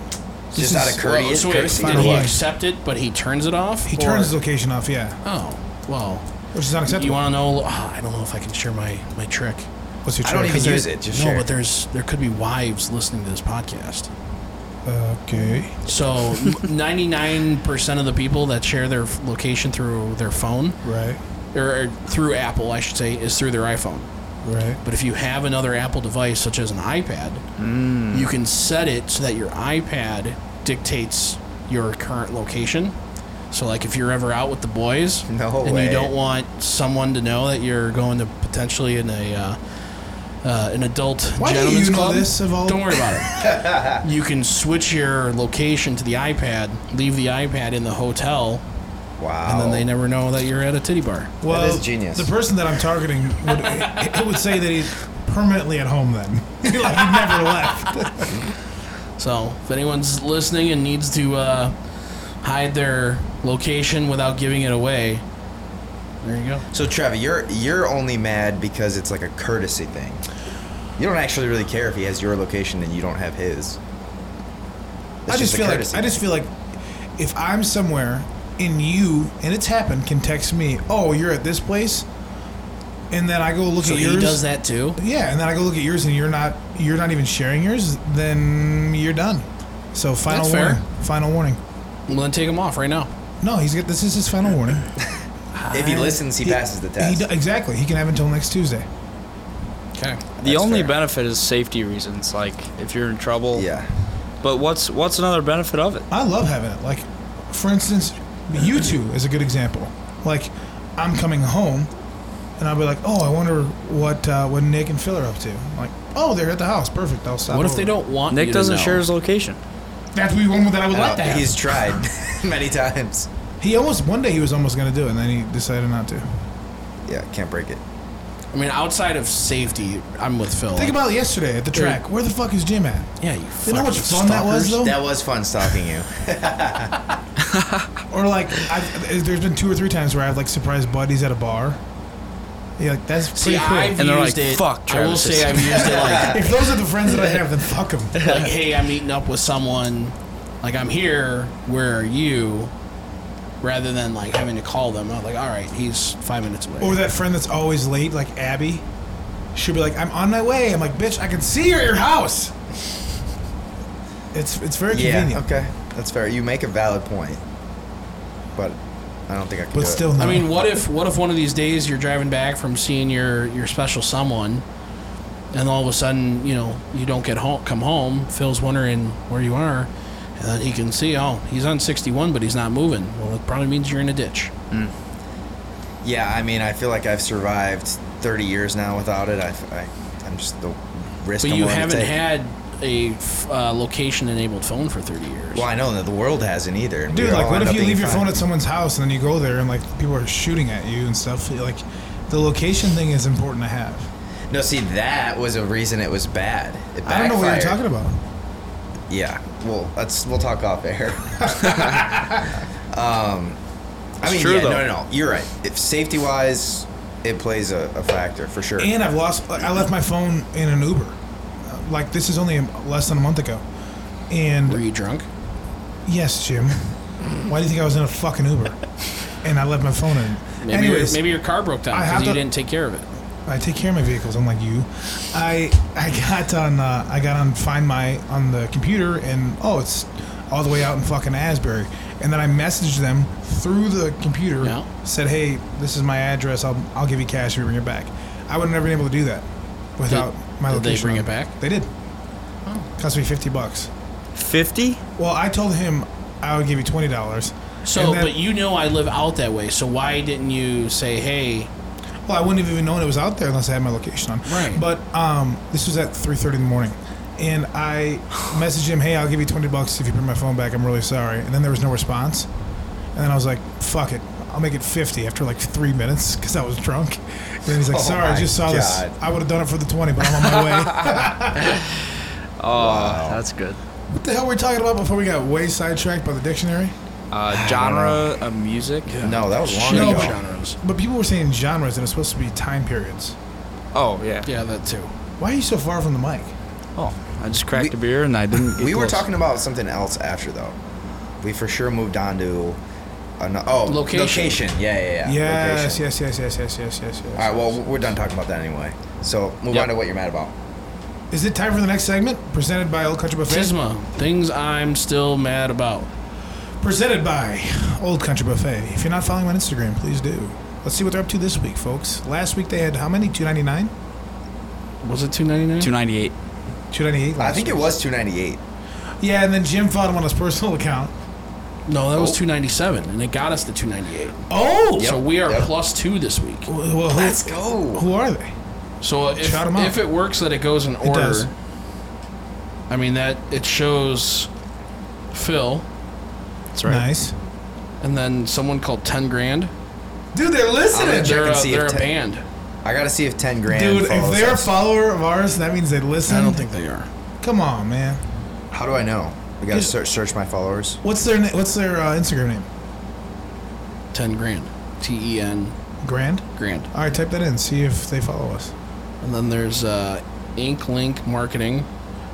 Speaker 3: Just out of
Speaker 2: Well,
Speaker 3: courtesy.
Speaker 2: so wait,
Speaker 3: courtesy.
Speaker 2: did
Speaker 1: Final
Speaker 2: he
Speaker 1: line.
Speaker 2: accept it, but he turns it off?
Speaker 1: he
Speaker 2: Or-
Speaker 1: turns his location off. Yeah,
Speaker 2: Oh, well.
Speaker 1: which is unacceptable.
Speaker 2: You want to know? ah, I don't know if I can share my, my trick.
Speaker 1: What's your
Speaker 3: I don't
Speaker 1: trick?
Speaker 3: even
Speaker 1: 'Cause
Speaker 3: use
Speaker 1: I-
Speaker 3: it. Just
Speaker 2: no,
Speaker 3: share.
Speaker 2: but there's there could be wives listening to this podcast.
Speaker 1: Okay.
Speaker 2: So 99% of the people that share their f- location through their phone
Speaker 1: Right.
Speaker 2: or or through Apple, I should say, is through their iPhone.
Speaker 1: Right.
Speaker 2: But if you have another Apple device, such as an iPad,
Speaker 1: Hmm.
Speaker 2: you can set it so that your iPad dictates your current location. So, like, if you're ever out with the boys,
Speaker 3: No
Speaker 2: and
Speaker 3: way.
Speaker 2: you don't want someone to know that you're going to potentially in a uh, uh, an adult
Speaker 1: Why do
Speaker 2: gentleman's
Speaker 1: you know
Speaker 2: club,
Speaker 1: this of all-
Speaker 2: don't worry about it. you can switch your location to the iPad, leave the iPad in the hotel,
Speaker 3: Wow.
Speaker 2: and
Speaker 1: Oh.
Speaker 2: then they never know that you're at a titty bar.
Speaker 1: Well,
Speaker 3: is genius.
Speaker 1: The person that I'm targeting would it would say that he's permanently at home then, like he never left.
Speaker 2: So if anyone's listening and needs to uh, hide their location without giving it away, there you go.
Speaker 3: So Trevor, you're you're only mad because it's like a courtesy thing. You don't actually really care if he has your location and you don't have his. It's
Speaker 1: I just,
Speaker 3: a
Speaker 1: feel like
Speaker 3: courtesy
Speaker 1: I just
Speaker 3: thing.
Speaker 1: feel like if I'm somewhere and you and it's happened can text me, oh you're at this place, and then I go look
Speaker 2: So
Speaker 1: at yours.
Speaker 2: he does that too.
Speaker 1: Yeah, and then I go look at yours, and you're not you're not even sharing yours. Then you're done. So final
Speaker 2: That's fair.
Speaker 1: warning. Final warning.
Speaker 2: Well, then take him off right now.
Speaker 1: No, he's got this is his final warning.
Speaker 3: If he listens, he, passes the
Speaker 1: He
Speaker 3: test.
Speaker 1: do- exactly. He can have until next Tuesday.
Speaker 2: Okay.
Speaker 4: The
Speaker 3: That's
Speaker 4: only
Speaker 3: fair.
Speaker 4: benefit is safety reasons, like if you're in trouble.
Speaker 3: yeah.
Speaker 4: But what's what's another benefit of it?
Speaker 1: I love having it. Like, for instance, you two is a good example. Like, I'm coming home, and I'll be like, "Oh, I wonder what uh, what Nick and Phil are up to." like, "Oh, they're at the house. Perfect. I'll stop."
Speaker 2: What if
Speaker 1: over."
Speaker 2: they don't want? you
Speaker 4: Nick
Speaker 2: to
Speaker 4: doesn't
Speaker 2: know?
Speaker 4: share his location.
Speaker 1: That's the one that I would
Speaker 3: I
Speaker 1: like
Speaker 3: know,
Speaker 1: to have.
Speaker 3: He's tried many times.
Speaker 1: He almost one day he was almost gonna do it, and then he decided not to.
Speaker 3: Yeah, can't break it.
Speaker 2: I mean, outside of safety, I'm with Phil.
Speaker 1: Think about yesterday at the track. Where the fuck is Jim at?
Speaker 2: yeah, you.
Speaker 1: You know how much fun
Speaker 2: fucking
Speaker 1: that was,
Speaker 2: stalkers.
Speaker 1: though?
Speaker 3: That was fun stalking you.
Speaker 1: Or like, I've, there's been two or three times where I've like surprised buddies at a bar. Yeah, like that's
Speaker 2: See,
Speaker 1: pretty cool.
Speaker 2: I've
Speaker 4: And they're
Speaker 2: used
Speaker 4: like,
Speaker 2: it.
Speaker 4: "Fuck,
Speaker 2: I will
Speaker 4: Travis,
Speaker 2: say
Speaker 4: it's-
Speaker 2: I've used it like
Speaker 1: if those are the friends that I have, then fuck them.
Speaker 2: like, hey, I'm meeting up with someone. Like, I'm here. Where are you? Rather than like having to call them, I'm like, all right, he's five minutes away.
Speaker 1: Or that friend that's always late, like Abby. She'll be like, "I'm on my way." I'm like, "Bitch, I can see you at your house." It's it's very
Speaker 3: yeah.
Speaker 1: convenient,
Speaker 3: Okay, that's fair. You make a valid point, but I don't think I can.
Speaker 1: but
Speaker 3: do
Speaker 1: still,
Speaker 3: it.
Speaker 1: no.
Speaker 2: I mean, what if what if one of these days you're driving back from seeing your your special someone, and all of a sudden you know you don't get home, come home. Phil's wondering where you are, and then he can see, oh, he's on 61, but he's not moving. Well, it probably means you're in a ditch.
Speaker 3: Yeah, I mean, I feel like I've survived 30 years now without it. I, I am just the risk.
Speaker 2: But
Speaker 3: I'm
Speaker 2: you
Speaker 3: willing to
Speaker 2: haven't
Speaker 3: take.
Speaker 2: had a f- uh, location enabled phone for 30 years.
Speaker 3: Well, I know that the world hasn't either. and
Speaker 1: dude,
Speaker 3: we
Speaker 1: like,
Speaker 3: all
Speaker 1: what
Speaker 3: end
Speaker 1: if
Speaker 3: up
Speaker 1: you
Speaker 3: being
Speaker 1: leave your
Speaker 3: fine.
Speaker 1: phone at someone's house and then you go there and like people are shooting at you and stuff? Like, the location thing is important to have.
Speaker 3: No, see, that was a reason it was bad. It
Speaker 1: I don't know what you're
Speaker 3: backfired.
Speaker 1: talking about.
Speaker 3: Yeah. Well, let's we'll talk off air. um, I
Speaker 4: It's
Speaker 3: mean,
Speaker 4: true,
Speaker 3: yeah,
Speaker 4: though.
Speaker 3: no, no, no. You're right. If safety wise, it plays a, a factor for sure.
Speaker 1: And I've lost. I left my phone in an Uber. Uh, Like this is only a, less than a month ago. And
Speaker 2: Were you drunk?
Speaker 1: yes, Jim. Why do you think I was in a fucking Uber? And I left my phone in.
Speaker 2: Maybe,
Speaker 1: Anyways,
Speaker 2: your, maybe your car broke down
Speaker 1: I have
Speaker 2: because you
Speaker 1: to-
Speaker 2: didn't take care of it.
Speaker 1: I take care of my vehicles. unlike you. I I got on uh, I got on Find My on the computer, and oh, it's all the way out in fucking Asbury. And then I messaged them through the computer,
Speaker 2: Yeah.
Speaker 1: said, "Hey, this is my address. I'll I'll give you cash if you bring it back." I would have never been able to do that without my
Speaker 2: did they
Speaker 1: location.
Speaker 2: bring
Speaker 1: on
Speaker 2: it back? Oh.
Speaker 1: They did. Cost me fifty bucks.
Speaker 4: Fifty?
Speaker 1: Well, I told him I would give you twenty dollars.
Speaker 2: So, but you know I live out that way. So why didn't you say, hey,
Speaker 1: Well, I wouldn't have even known it was out there unless I had my location on.
Speaker 2: Right.
Speaker 1: But um, this was at 3:30 in the morning, and I messaged him, "Hey, I'll give you 20 bucks if you bring my phone back. I'm really sorry." And then there was no response, and then I was like, "Fuck it." I'll make it 50 after like three minutes because I was drunk. And then he's like,
Speaker 3: Oh
Speaker 1: sorry,
Speaker 3: my
Speaker 1: I just saw this.
Speaker 3: God.
Speaker 1: I would have done it for the 20, but I'm on my way.
Speaker 4: Oh, that's good.
Speaker 1: what the hell were we talking about before we got way sidetracked by the dictionary?
Speaker 4: Uh, genre of music?
Speaker 3: no, that was long
Speaker 2: shit
Speaker 1: No.
Speaker 3: ago.
Speaker 2: genres?
Speaker 1: But people were saying genres and it's supposed to be time periods.
Speaker 4: Oh yeah.
Speaker 2: Yeah, that too.
Speaker 1: Why are you so far from the mic?
Speaker 4: Oh, I just cracked a beer and I didn't. Get
Speaker 3: We were
Speaker 4: close.
Speaker 3: talking about something else after though. We for sure moved on to an, oh
Speaker 2: Location.
Speaker 3: location. Yeah, yeah, yeah.
Speaker 1: Yes,
Speaker 3: Location.
Speaker 1: yes, yes, yes, yes, yes, yes, yes.
Speaker 3: All right. Well, we're done talking about that anyway. So move
Speaker 4: Yep.
Speaker 3: on to what you're mad about.
Speaker 1: Is it time for the next segment? Presented by Old Country Buffet.
Speaker 2: Tisma, things I'm still mad about.
Speaker 1: Presented by Old Country Buffet. If you're not following them on Instagram, please do. Let's see what they're up to this week, folks. Last week they had how many? 299?
Speaker 2: Was it 299?
Speaker 4: Two ninety eight.
Speaker 1: 298 last
Speaker 3: I think it
Speaker 1: week.
Speaker 3: was 298.
Speaker 1: Yeah, and then Jim found him on his personal account.
Speaker 2: No, that was
Speaker 3: Oh.
Speaker 2: 297 and it got us to 298.
Speaker 1: Oh!
Speaker 2: So we are
Speaker 3: yep.
Speaker 2: plus 2 this week.
Speaker 1: Well, who,
Speaker 3: Let's go.
Speaker 1: who are they?
Speaker 2: So if,
Speaker 1: Shout 'em out.
Speaker 2: if it works that it goes in order,
Speaker 1: does.
Speaker 2: I mean that it shows Phil
Speaker 4: That's right.
Speaker 1: Nice.
Speaker 2: and then someone called 10 grand.
Speaker 1: Dude, they're
Speaker 3: I'm gonna
Speaker 1: listening.
Speaker 3: check
Speaker 2: They're a,
Speaker 3: and see
Speaker 2: they're
Speaker 3: if
Speaker 2: a
Speaker 3: ten-
Speaker 2: band.
Speaker 3: I gotta see if 10 grand.
Speaker 1: Dude, if
Speaker 3: follows
Speaker 1: they're a
Speaker 3: us.
Speaker 1: follower of ours, that means they listen.
Speaker 2: I don't think they are.
Speaker 1: Come on, man.
Speaker 3: how do I know? I gotta
Speaker 1: Just-
Speaker 3: search, search my followers.
Speaker 1: What's their na- What's their uh, Instagram name?
Speaker 2: 10 grand. T E N
Speaker 1: Grand.
Speaker 2: grand.
Speaker 1: All right, type that in. See if they follow us.
Speaker 2: And then there's uh, Ink Link Marketing,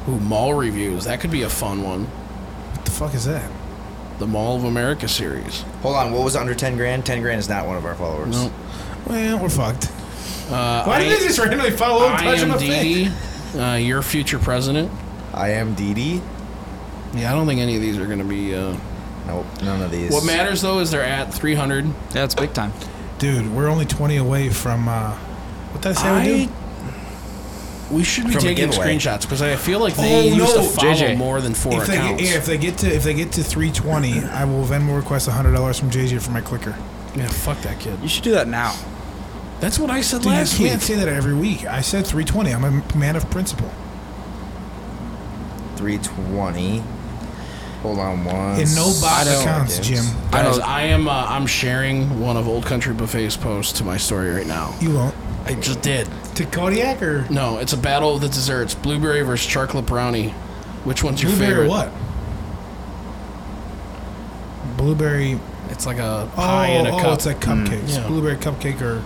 Speaker 2: who mall reviews. That could be a fun one.
Speaker 1: What the fuck is that?
Speaker 2: The Mall of America series.
Speaker 3: Hold on, what was under 10 grand? 10 grand is not one of our followers.
Speaker 2: No.
Speaker 1: Well, we're fucked.
Speaker 2: Uh,
Speaker 1: Why did
Speaker 2: I-
Speaker 1: they just randomly follow and touch him in the face?
Speaker 2: IMDb, uh, your future president.
Speaker 3: I am DD.
Speaker 2: Yeah, I don't think any of these are going to be. Uh...
Speaker 3: Nope, none of these.
Speaker 2: What matters though is they're at 300.
Speaker 4: Yeah, it's big time.
Speaker 1: Dude, we're only 20 away from. Uh, what did I say
Speaker 2: I-
Speaker 1: we do?
Speaker 2: We should be
Speaker 3: From a
Speaker 2: taking
Speaker 3: giveaway.
Speaker 2: screenshots because I feel like they
Speaker 1: Oh,
Speaker 2: used
Speaker 1: no.
Speaker 2: to follow
Speaker 4: JJ.
Speaker 2: more than four
Speaker 1: If they, get,
Speaker 2: accounts.
Speaker 1: yeah, if they get to if they get to 320, I will Venmo request $100 from JJ for my clicker.
Speaker 2: yeah, fuck that kid.
Speaker 4: You should do that now.
Speaker 2: That's what I said
Speaker 1: Dude,
Speaker 2: last
Speaker 1: you
Speaker 2: week.
Speaker 1: can't say that every week. I said 320. I'm a man of principle.
Speaker 3: 320. Hold on one.
Speaker 1: And no bot
Speaker 3: second.
Speaker 1: accounts, Jim.
Speaker 4: I
Speaker 2: Guys,
Speaker 4: know.
Speaker 2: I am. Uh, I'm sharing one of Old Country Buffet's posts to my story right now.
Speaker 1: You won't.
Speaker 2: I just did.
Speaker 1: To Kodiak or
Speaker 2: No, it's a battle of the desserts: blueberry versus chocolate brownie. Which one's your
Speaker 1: blueberry
Speaker 2: favorite?
Speaker 1: or what? Blueberry.
Speaker 2: It's like a
Speaker 1: Oh,
Speaker 2: pie in a
Speaker 1: oh,
Speaker 2: cup. Mm.
Speaker 1: it's like cupcakes.
Speaker 2: yeah.
Speaker 1: Blueberry cupcake or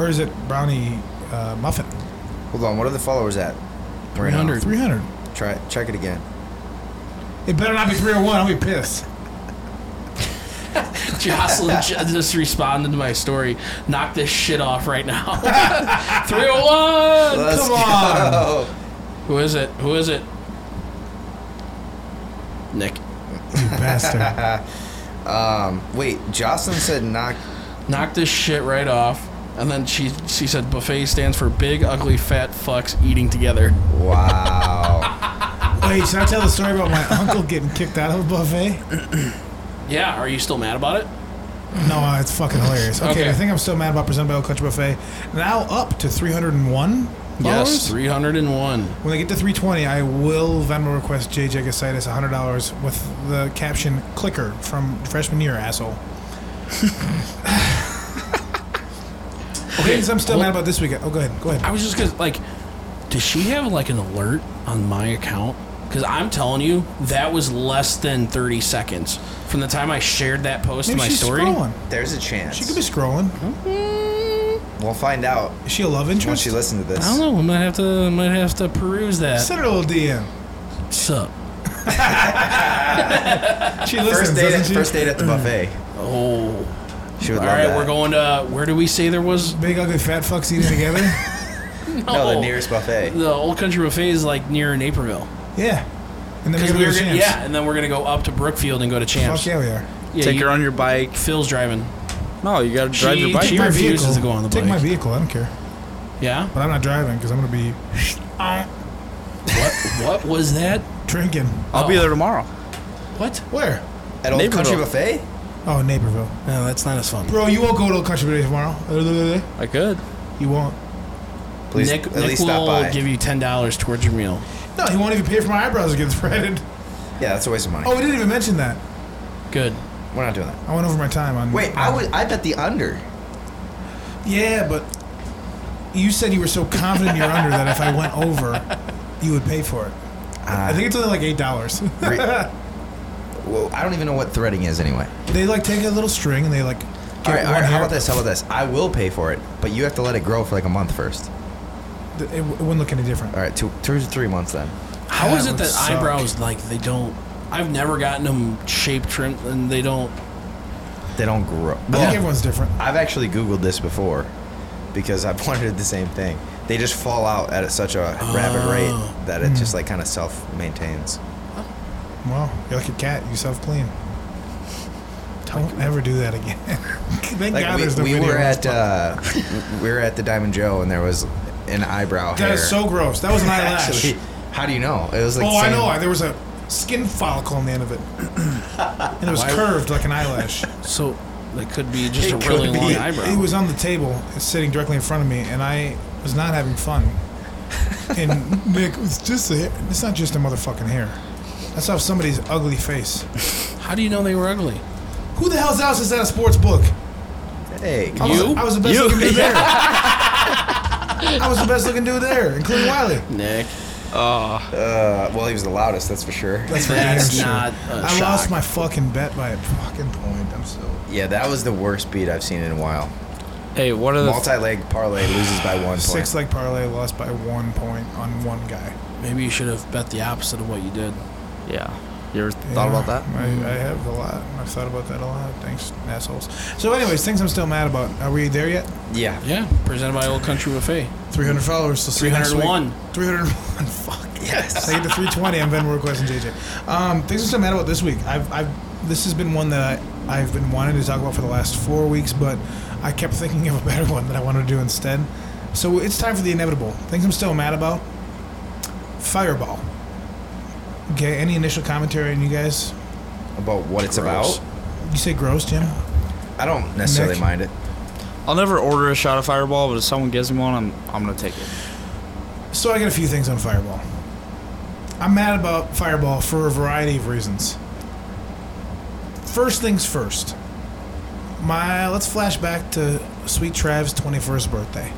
Speaker 1: or is it brownie uh, muffin?
Speaker 3: Hold on, what are the followers at? Right now.
Speaker 2: 300.
Speaker 1: 300.
Speaker 3: Try check it again.
Speaker 1: It better not be 301. I'll be pissed.
Speaker 2: Jocelyn ju- just responded to my story. Knock this shit off right now. 301!
Speaker 3: Let's
Speaker 1: Come on.
Speaker 3: go.
Speaker 2: Who is it? Who is it? Nick.
Speaker 1: You bastard.
Speaker 3: Um, Wait, Jocelyn said knock.
Speaker 2: Knock this shit right off. And then she she said buffet stands for big, ugly, fat fucks eating together.
Speaker 3: Wow.
Speaker 1: Wait, should I tell the story about my uncle getting kicked out of a buffet?
Speaker 2: Yeah, are you still mad about it?
Speaker 1: No, uh, it's fucking hilarious. Okay,
Speaker 2: Okay.
Speaker 1: I think I'm still mad about presented by Old Country Buffet. Now up to 301. followers?
Speaker 2: 301.
Speaker 1: When they get to 320, I will Venmo request JJ Gasitis $100 with the caption clicker from freshman year, asshole. okay, so I'm still
Speaker 2: well-
Speaker 1: mad about this weekend. Oh, go ahead. Go ahead.
Speaker 2: I was just gonna like, does she have like an alert on my account? Because I'm telling you, that was less than 30 seconds from the time I shared that post
Speaker 1: Maybe
Speaker 2: to my
Speaker 1: she's
Speaker 2: story.
Speaker 1: scrolling.
Speaker 3: There's a chance.
Speaker 1: She could be
Speaker 2: Mm-hmm.
Speaker 1: scrolling.
Speaker 3: We'll find out
Speaker 1: Is she a love
Speaker 3: when
Speaker 1: interest?
Speaker 3: she listens to this.
Speaker 2: I don't know. I might have to. I might have to peruse that.
Speaker 1: Send her a little DM.
Speaker 2: What's up?
Speaker 1: She listens,
Speaker 3: First date,
Speaker 1: doesn't
Speaker 3: at,
Speaker 1: she?
Speaker 3: first date at the buffet.
Speaker 2: Oh.
Speaker 3: She would
Speaker 2: All
Speaker 3: love
Speaker 2: right,
Speaker 3: that.
Speaker 2: we're going to. Where do we say there was?
Speaker 1: Big ugly fat fucks eating together.
Speaker 3: No,
Speaker 2: Oh,
Speaker 3: the nearest buffet.
Speaker 2: The old country buffet is like near Naperville.
Speaker 1: yeah. And then we
Speaker 2: Because
Speaker 1: gotta
Speaker 2: we
Speaker 1: go
Speaker 2: were
Speaker 1: to
Speaker 2: gonna,
Speaker 1: Champs.
Speaker 2: yeah, and then we're gonna go up to Brookfield and go to Champs.
Speaker 1: Fuck yeah, we are.
Speaker 2: Yeah,
Speaker 4: Take
Speaker 2: you-
Speaker 4: her on your bike.
Speaker 2: Phil's driving.
Speaker 4: No, you gotta drive your
Speaker 2: She-
Speaker 4: bike.
Speaker 2: she-
Speaker 1: Take my
Speaker 2: refuses
Speaker 1: vehicle.
Speaker 2: to go on the
Speaker 1: Take
Speaker 2: bike.
Speaker 1: my vehicle. I don't care.
Speaker 2: Yeah.
Speaker 1: But I'm not driving because I'm gonna be
Speaker 2: What? what was that?
Speaker 1: drinking.
Speaker 4: I'll be there tomorrow.
Speaker 2: What?
Speaker 1: Where?
Speaker 3: At Old Country
Speaker 4: Naperville.
Speaker 3: Buffet?
Speaker 1: Oh, Naperville.
Speaker 2: No, that's not as fun.
Speaker 1: Bro, you won't go to a country buffet tomorrow.
Speaker 4: I could.
Speaker 1: You won't.
Speaker 3: Please,
Speaker 2: Nick,
Speaker 3: at
Speaker 2: Nick
Speaker 3: least
Speaker 2: will
Speaker 3: stop by.
Speaker 2: give you ten dollars towards your meal.
Speaker 1: No, he won't even pay for my eyebrows to get threaded.
Speaker 3: yeah, that's a waste of money.
Speaker 1: Oh, we didn't even mention that.
Speaker 2: Good.
Speaker 3: We're not doing that.
Speaker 1: I went over my time on.
Speaker 3: Wait, I would. I bet the under.
Speaker 1: Yeah, but you said you were so confident you're under that if I went over, you would pay for it. I think it's only like eight dollars.
Speaker 3: Re- Whoa, I don't even know what threading is anyway.
Speaker 1: they like take a little string and they like.
Speaker 3: All right, all right. How
Speaker 1: hair-
Speaker 3: about this? How about this? I will pay for it, but you have to let it grow for like a month first.
Speaker 1: It, it wouldn't look any different.
Speaker 3: All right, two, two or three months then.
Speaker 2: How
Speaker 1: That
Speaker 2: is it
Speaker 1: would
Speaker 2: that
Speaker 1: suck.
Speaker 2: eyebrows like they don't? I've never gotten them shape trimmed and they don't.
Speaker 3: They don't grow.
Speaker 1: I think
Speaker 3: Well,
Speaker 1: everyone's different.
Speaker 3: I've actually Googled this before because I've wondered the same thing. They just fall out at such a rapid
Speaker 2: Oh.
Speaker 3: rate that it just like kind of self maintains.
Speaker 1: Well, you're like a cat. You self clean. Don't ever do that again. Thank
Speaker 3: Like
Speaker 1: God
Speaker 3: we,
Speaker 1: there's no
Speaker 3: we
Speaker 1: video.
Speaker 3: were
Speaker 1: on this
Speaker 3: at uh, w- we were at the Diamond Joe and there was an eyebrow
Speaker 1: That
Speaker 3: hair.
Speaker 1: is so gross. That was an eyelash.
Speaker 3: Actually, how do you know? It was like
Speaker 1: oh, I
Speaker 3: same-
Speaker 1: know. There was a skin follicle on the end of it, and it was curved like an eyelash.
Speaker 2: So they could be just
Speaker 3: It
Speaker 2: a really
Speaker 3: could be.
Speaker 2: long
Speaker 3: It-
Speaker 2: eyebrow.
Speaker 1: It was on the table, sitting directly in front of me, and I was not having fun. And Nick was just a hair. It's not just a motherfucking hair. That's off somebody's ugly face.
Speaker 2: How do you know they were ugly?
Speaker 1: Who the hell's house is that a sports book?
Speaker 3: Hey,
Speaker 1: I was,
Speaker 2: You?
Speaker 1: I was the best
Speaker 2: You.
Speaker 1: looking dude there. I was the best looking dude there, including Wiley.
Speaker 2: Nick,
Speaker 3: uh, well, he was the loudest, that's for sure.
Speaker 1: That's, for damn
Speaker 2: That's
Speaker 1: sure.
Speaker 2: not a
Speaker 1: I lost
Speaker 2: shock.
Speaker 1: my fucking bet by a fucking point. I'm so.
Speaker 3: Yeah, that was the worst beat I've seen in a while.
Speaker 4: Hey, what are the
Speaker 3: Multi leg parlay loses by one point.
Speaker 1: Six leg parlay lost by one point on one guy.
Speaker 2: maybe you should have bet the opposite of what you did.
Speaker 4: yeah? You ever thought
Speaker 1: Yeah,
Speaker 4: about that?
Speaker 1: I, I have a lot. I've thought about that a lot. Thanks, assholes. So, anyways, things I'm still mad about. Are we there yet?
Speaker 3: Yeah.
Speaker 2: Yeah, presented by Old Country Buffet.
Speaker 1: 300 followers. So
Speaker 2: 301.
Speaker 1: 301. Fuck.
Speaker 3: Yes.
Speaker 1: I get to 320. I'm Ben Worquist and JJ. Um, things I'm still mad about this week. I've, I've this has been one that I, I've been wanting to talk about for the last four weeks, but I kept thinking of a better one that I wanted to do instead. So it's time for the inevitable. Things I'm still mad about. Fireball. Okay. Any initial commentary on you guys?
Speaker 3: About what it's
Speaker 4: Gross.
Speaker 3: about.
Speaker 1: You say gross, Jim?
Speaker 3: I don't necessarily
Speaker 1: Nick?
Speaker 3: mind it.
Speaker 4: I'll never order a shot of Fireball, but if someone gives me one, I'm I'm gonna take it.
Speaker 1: So I got a few things on Fireball. I'm mad about Fireball for a variety of reasons. First things first. My let's flash back to Sweet Trav's 21st birthday.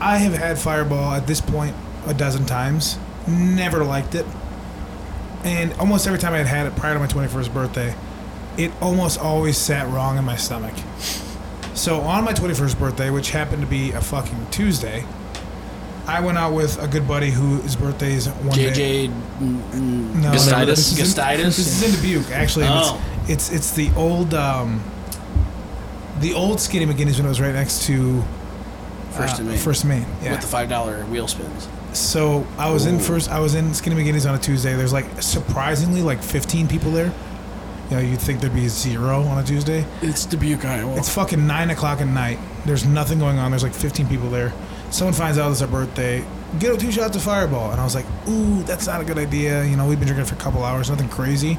Speaker 1: I have had Fireball at this point a dozen times. Never liked it. And almost every time I had had it prior to my 21st birthday, it almost always sat wrong in my stomach. So on my 21st birthday, which happened to be a fucking Tuesday, I went out with a good buddy who his birthday is one day.
Speaker 2: JJ mm,
Speaker 1: No,
Speaker 4: Gastitis?
Speaker 1: this is in-
Speaker 2: Gastitis?
Speaker 1: This is in Dubuque, actually. and
Speaker 2: Oh.
Speaker 1: It's, it's it's the old um, the old Skinny McGinnis when it was right next to
Speaker 2: First
Speaker 1: uh,
Speaker 2: and Main.
Speaker 1: First Main, yeah.
Speaker 2: with the five dollar wheel spins.
Speaker 1: So I was in first. I was in Skinny McGinnis on a Tuesday. There's like surprisingly like 15 people there. You know, you'd think there'd be zero on a Tuesday.
Speaker 2: It's Dubuque, Iowa.
Speaker 1: It's fucking nine o'clock at night. There's nothing going on. There's like 15 people there. Someone finds out it's our birthday. Get up two shots of Fireball, and I was like, "Ooh, that's not a good idea." You know, we've been drinking for a couple hours. Nothing crazy.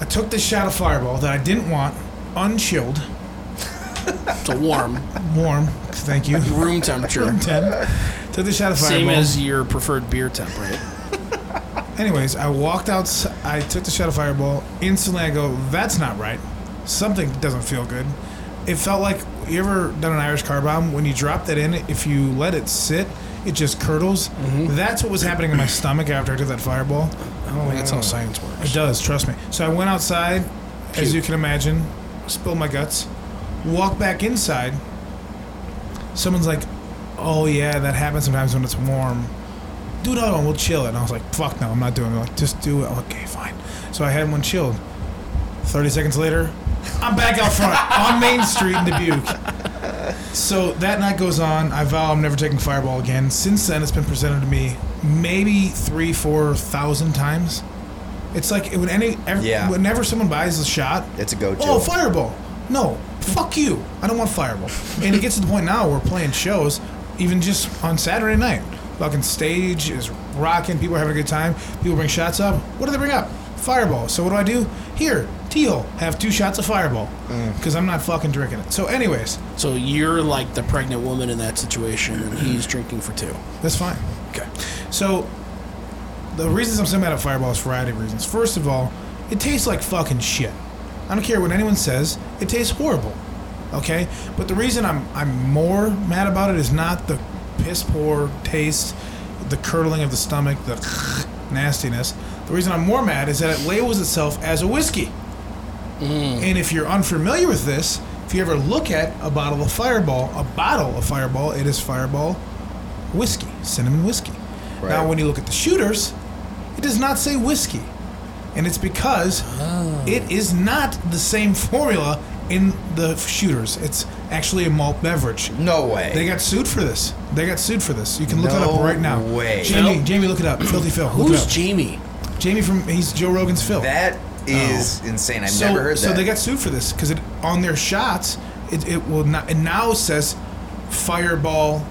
Speaker 1: I took this shot of Fireball that I didn't want, unchilled,
Speaker 2: it's a warm
Speaker 1: warm. Thank you.
Speaker 2: room temperature.
Speaker 1: Ten. Took this shot of Fireball.
Speaker 2: Same as your preferred beer temp, right?
Speaker 1: Anyways, I walked out. I took the shot of Fireball. Instantly, I go, "That's not right. Something doesn't feel good." It felt like you ever done an Irish car bomb when you drop that in. If you let it sit, it just curdles. That's what was happening in my stomach after I did that Fireball.
Speaker 2: Oh, that's how science works.
Speaker 1: It does, trust me. So I went outside, as
Speaker 2: Puke.
Speaker 1: you can imagine, spilled my guts, walked back inside. Someone's like, "Oh yeah, that happens sometimes when it's warm." Do another one. We'll chill it. And I was like, "Fuck no, I'm not doing it." They're Like, just do it. Okay, fine. So I had one chilled. Thirty seconds later, I'm back out front on Main Street in Dubuque. So that night goes on. I vow I'm never taking Fireball again. Since then, it's been presented to me maybe three, four thousand times. It's like when any, every,
Speaker 3: Yeah.
Speaker 1: whenever someone buys a shot,
Speaker 3: It's a go-to.
Speaker 1: Oh, Fireball! No, fuck you! I don't want Fireball. and it gets to the point now where we're playing shows, even just on Saturday night. Fucking stage is rocking. People are having a good time. People bring shots up. What do they bring up? Fireball. So what do I do? Here, Teal, have two shots of Fireball
Speaker 3: Mm.
Speaker 1: because I'm not fucking drinking it. So, anyways.
Speaker 2: So you're like the pregnant woman in that situation, and he's drinking for two.
Speaker 1: That's fine.
Speaker 2: Okay.
Speaker 1: So, the reasons I'm so mad at Fireball is a variety of reasons. First of all, it tastes like fucking shit. I don't care what anyone says, it tastes horrible. Okay? But the reason I'm, I'm more mad about it is not the piss poor taste, the curdling of the stomach, the nastiness. The reason I'm more mad is that it labels itself as a whiskey. And if you're unfamiliar with this, if you ever look at a bottle of Fireball, a bottle of Fireball, it is Fireball whiskey, cinnamon whiskey. Now,
Speaker 3: Right.
Speaker 1: when you look at the shooters, it does not say whiskey. And it's because it is not the same formula in the shooters. It's actually a malt beverage.
Speaker 3: No way.
Speaker 1: They got sued for this. They got sued for this. You can look it
Speaker 3: No
Speaker 1: up right now.
Speaker 3: way.
Speaker 1: Jamie,
Speaker 2: Nope.
Speaker 1: Jamie, look it up. Filthy Phil. Look
Speaker 2: Who's
Speaker 1: it up.
Speaker 2: Jamie?
Speaker 1: Jamie from he's Joe Rogan's Phil.
Speaker 3: that is insane. I've
Speaker 1: Oh. so,
Speaker 3: never heard
Speaker 1: so
Speaker 3: that.
Speaker 1: they got sued for this because it on their shots it, it will not it now says fireball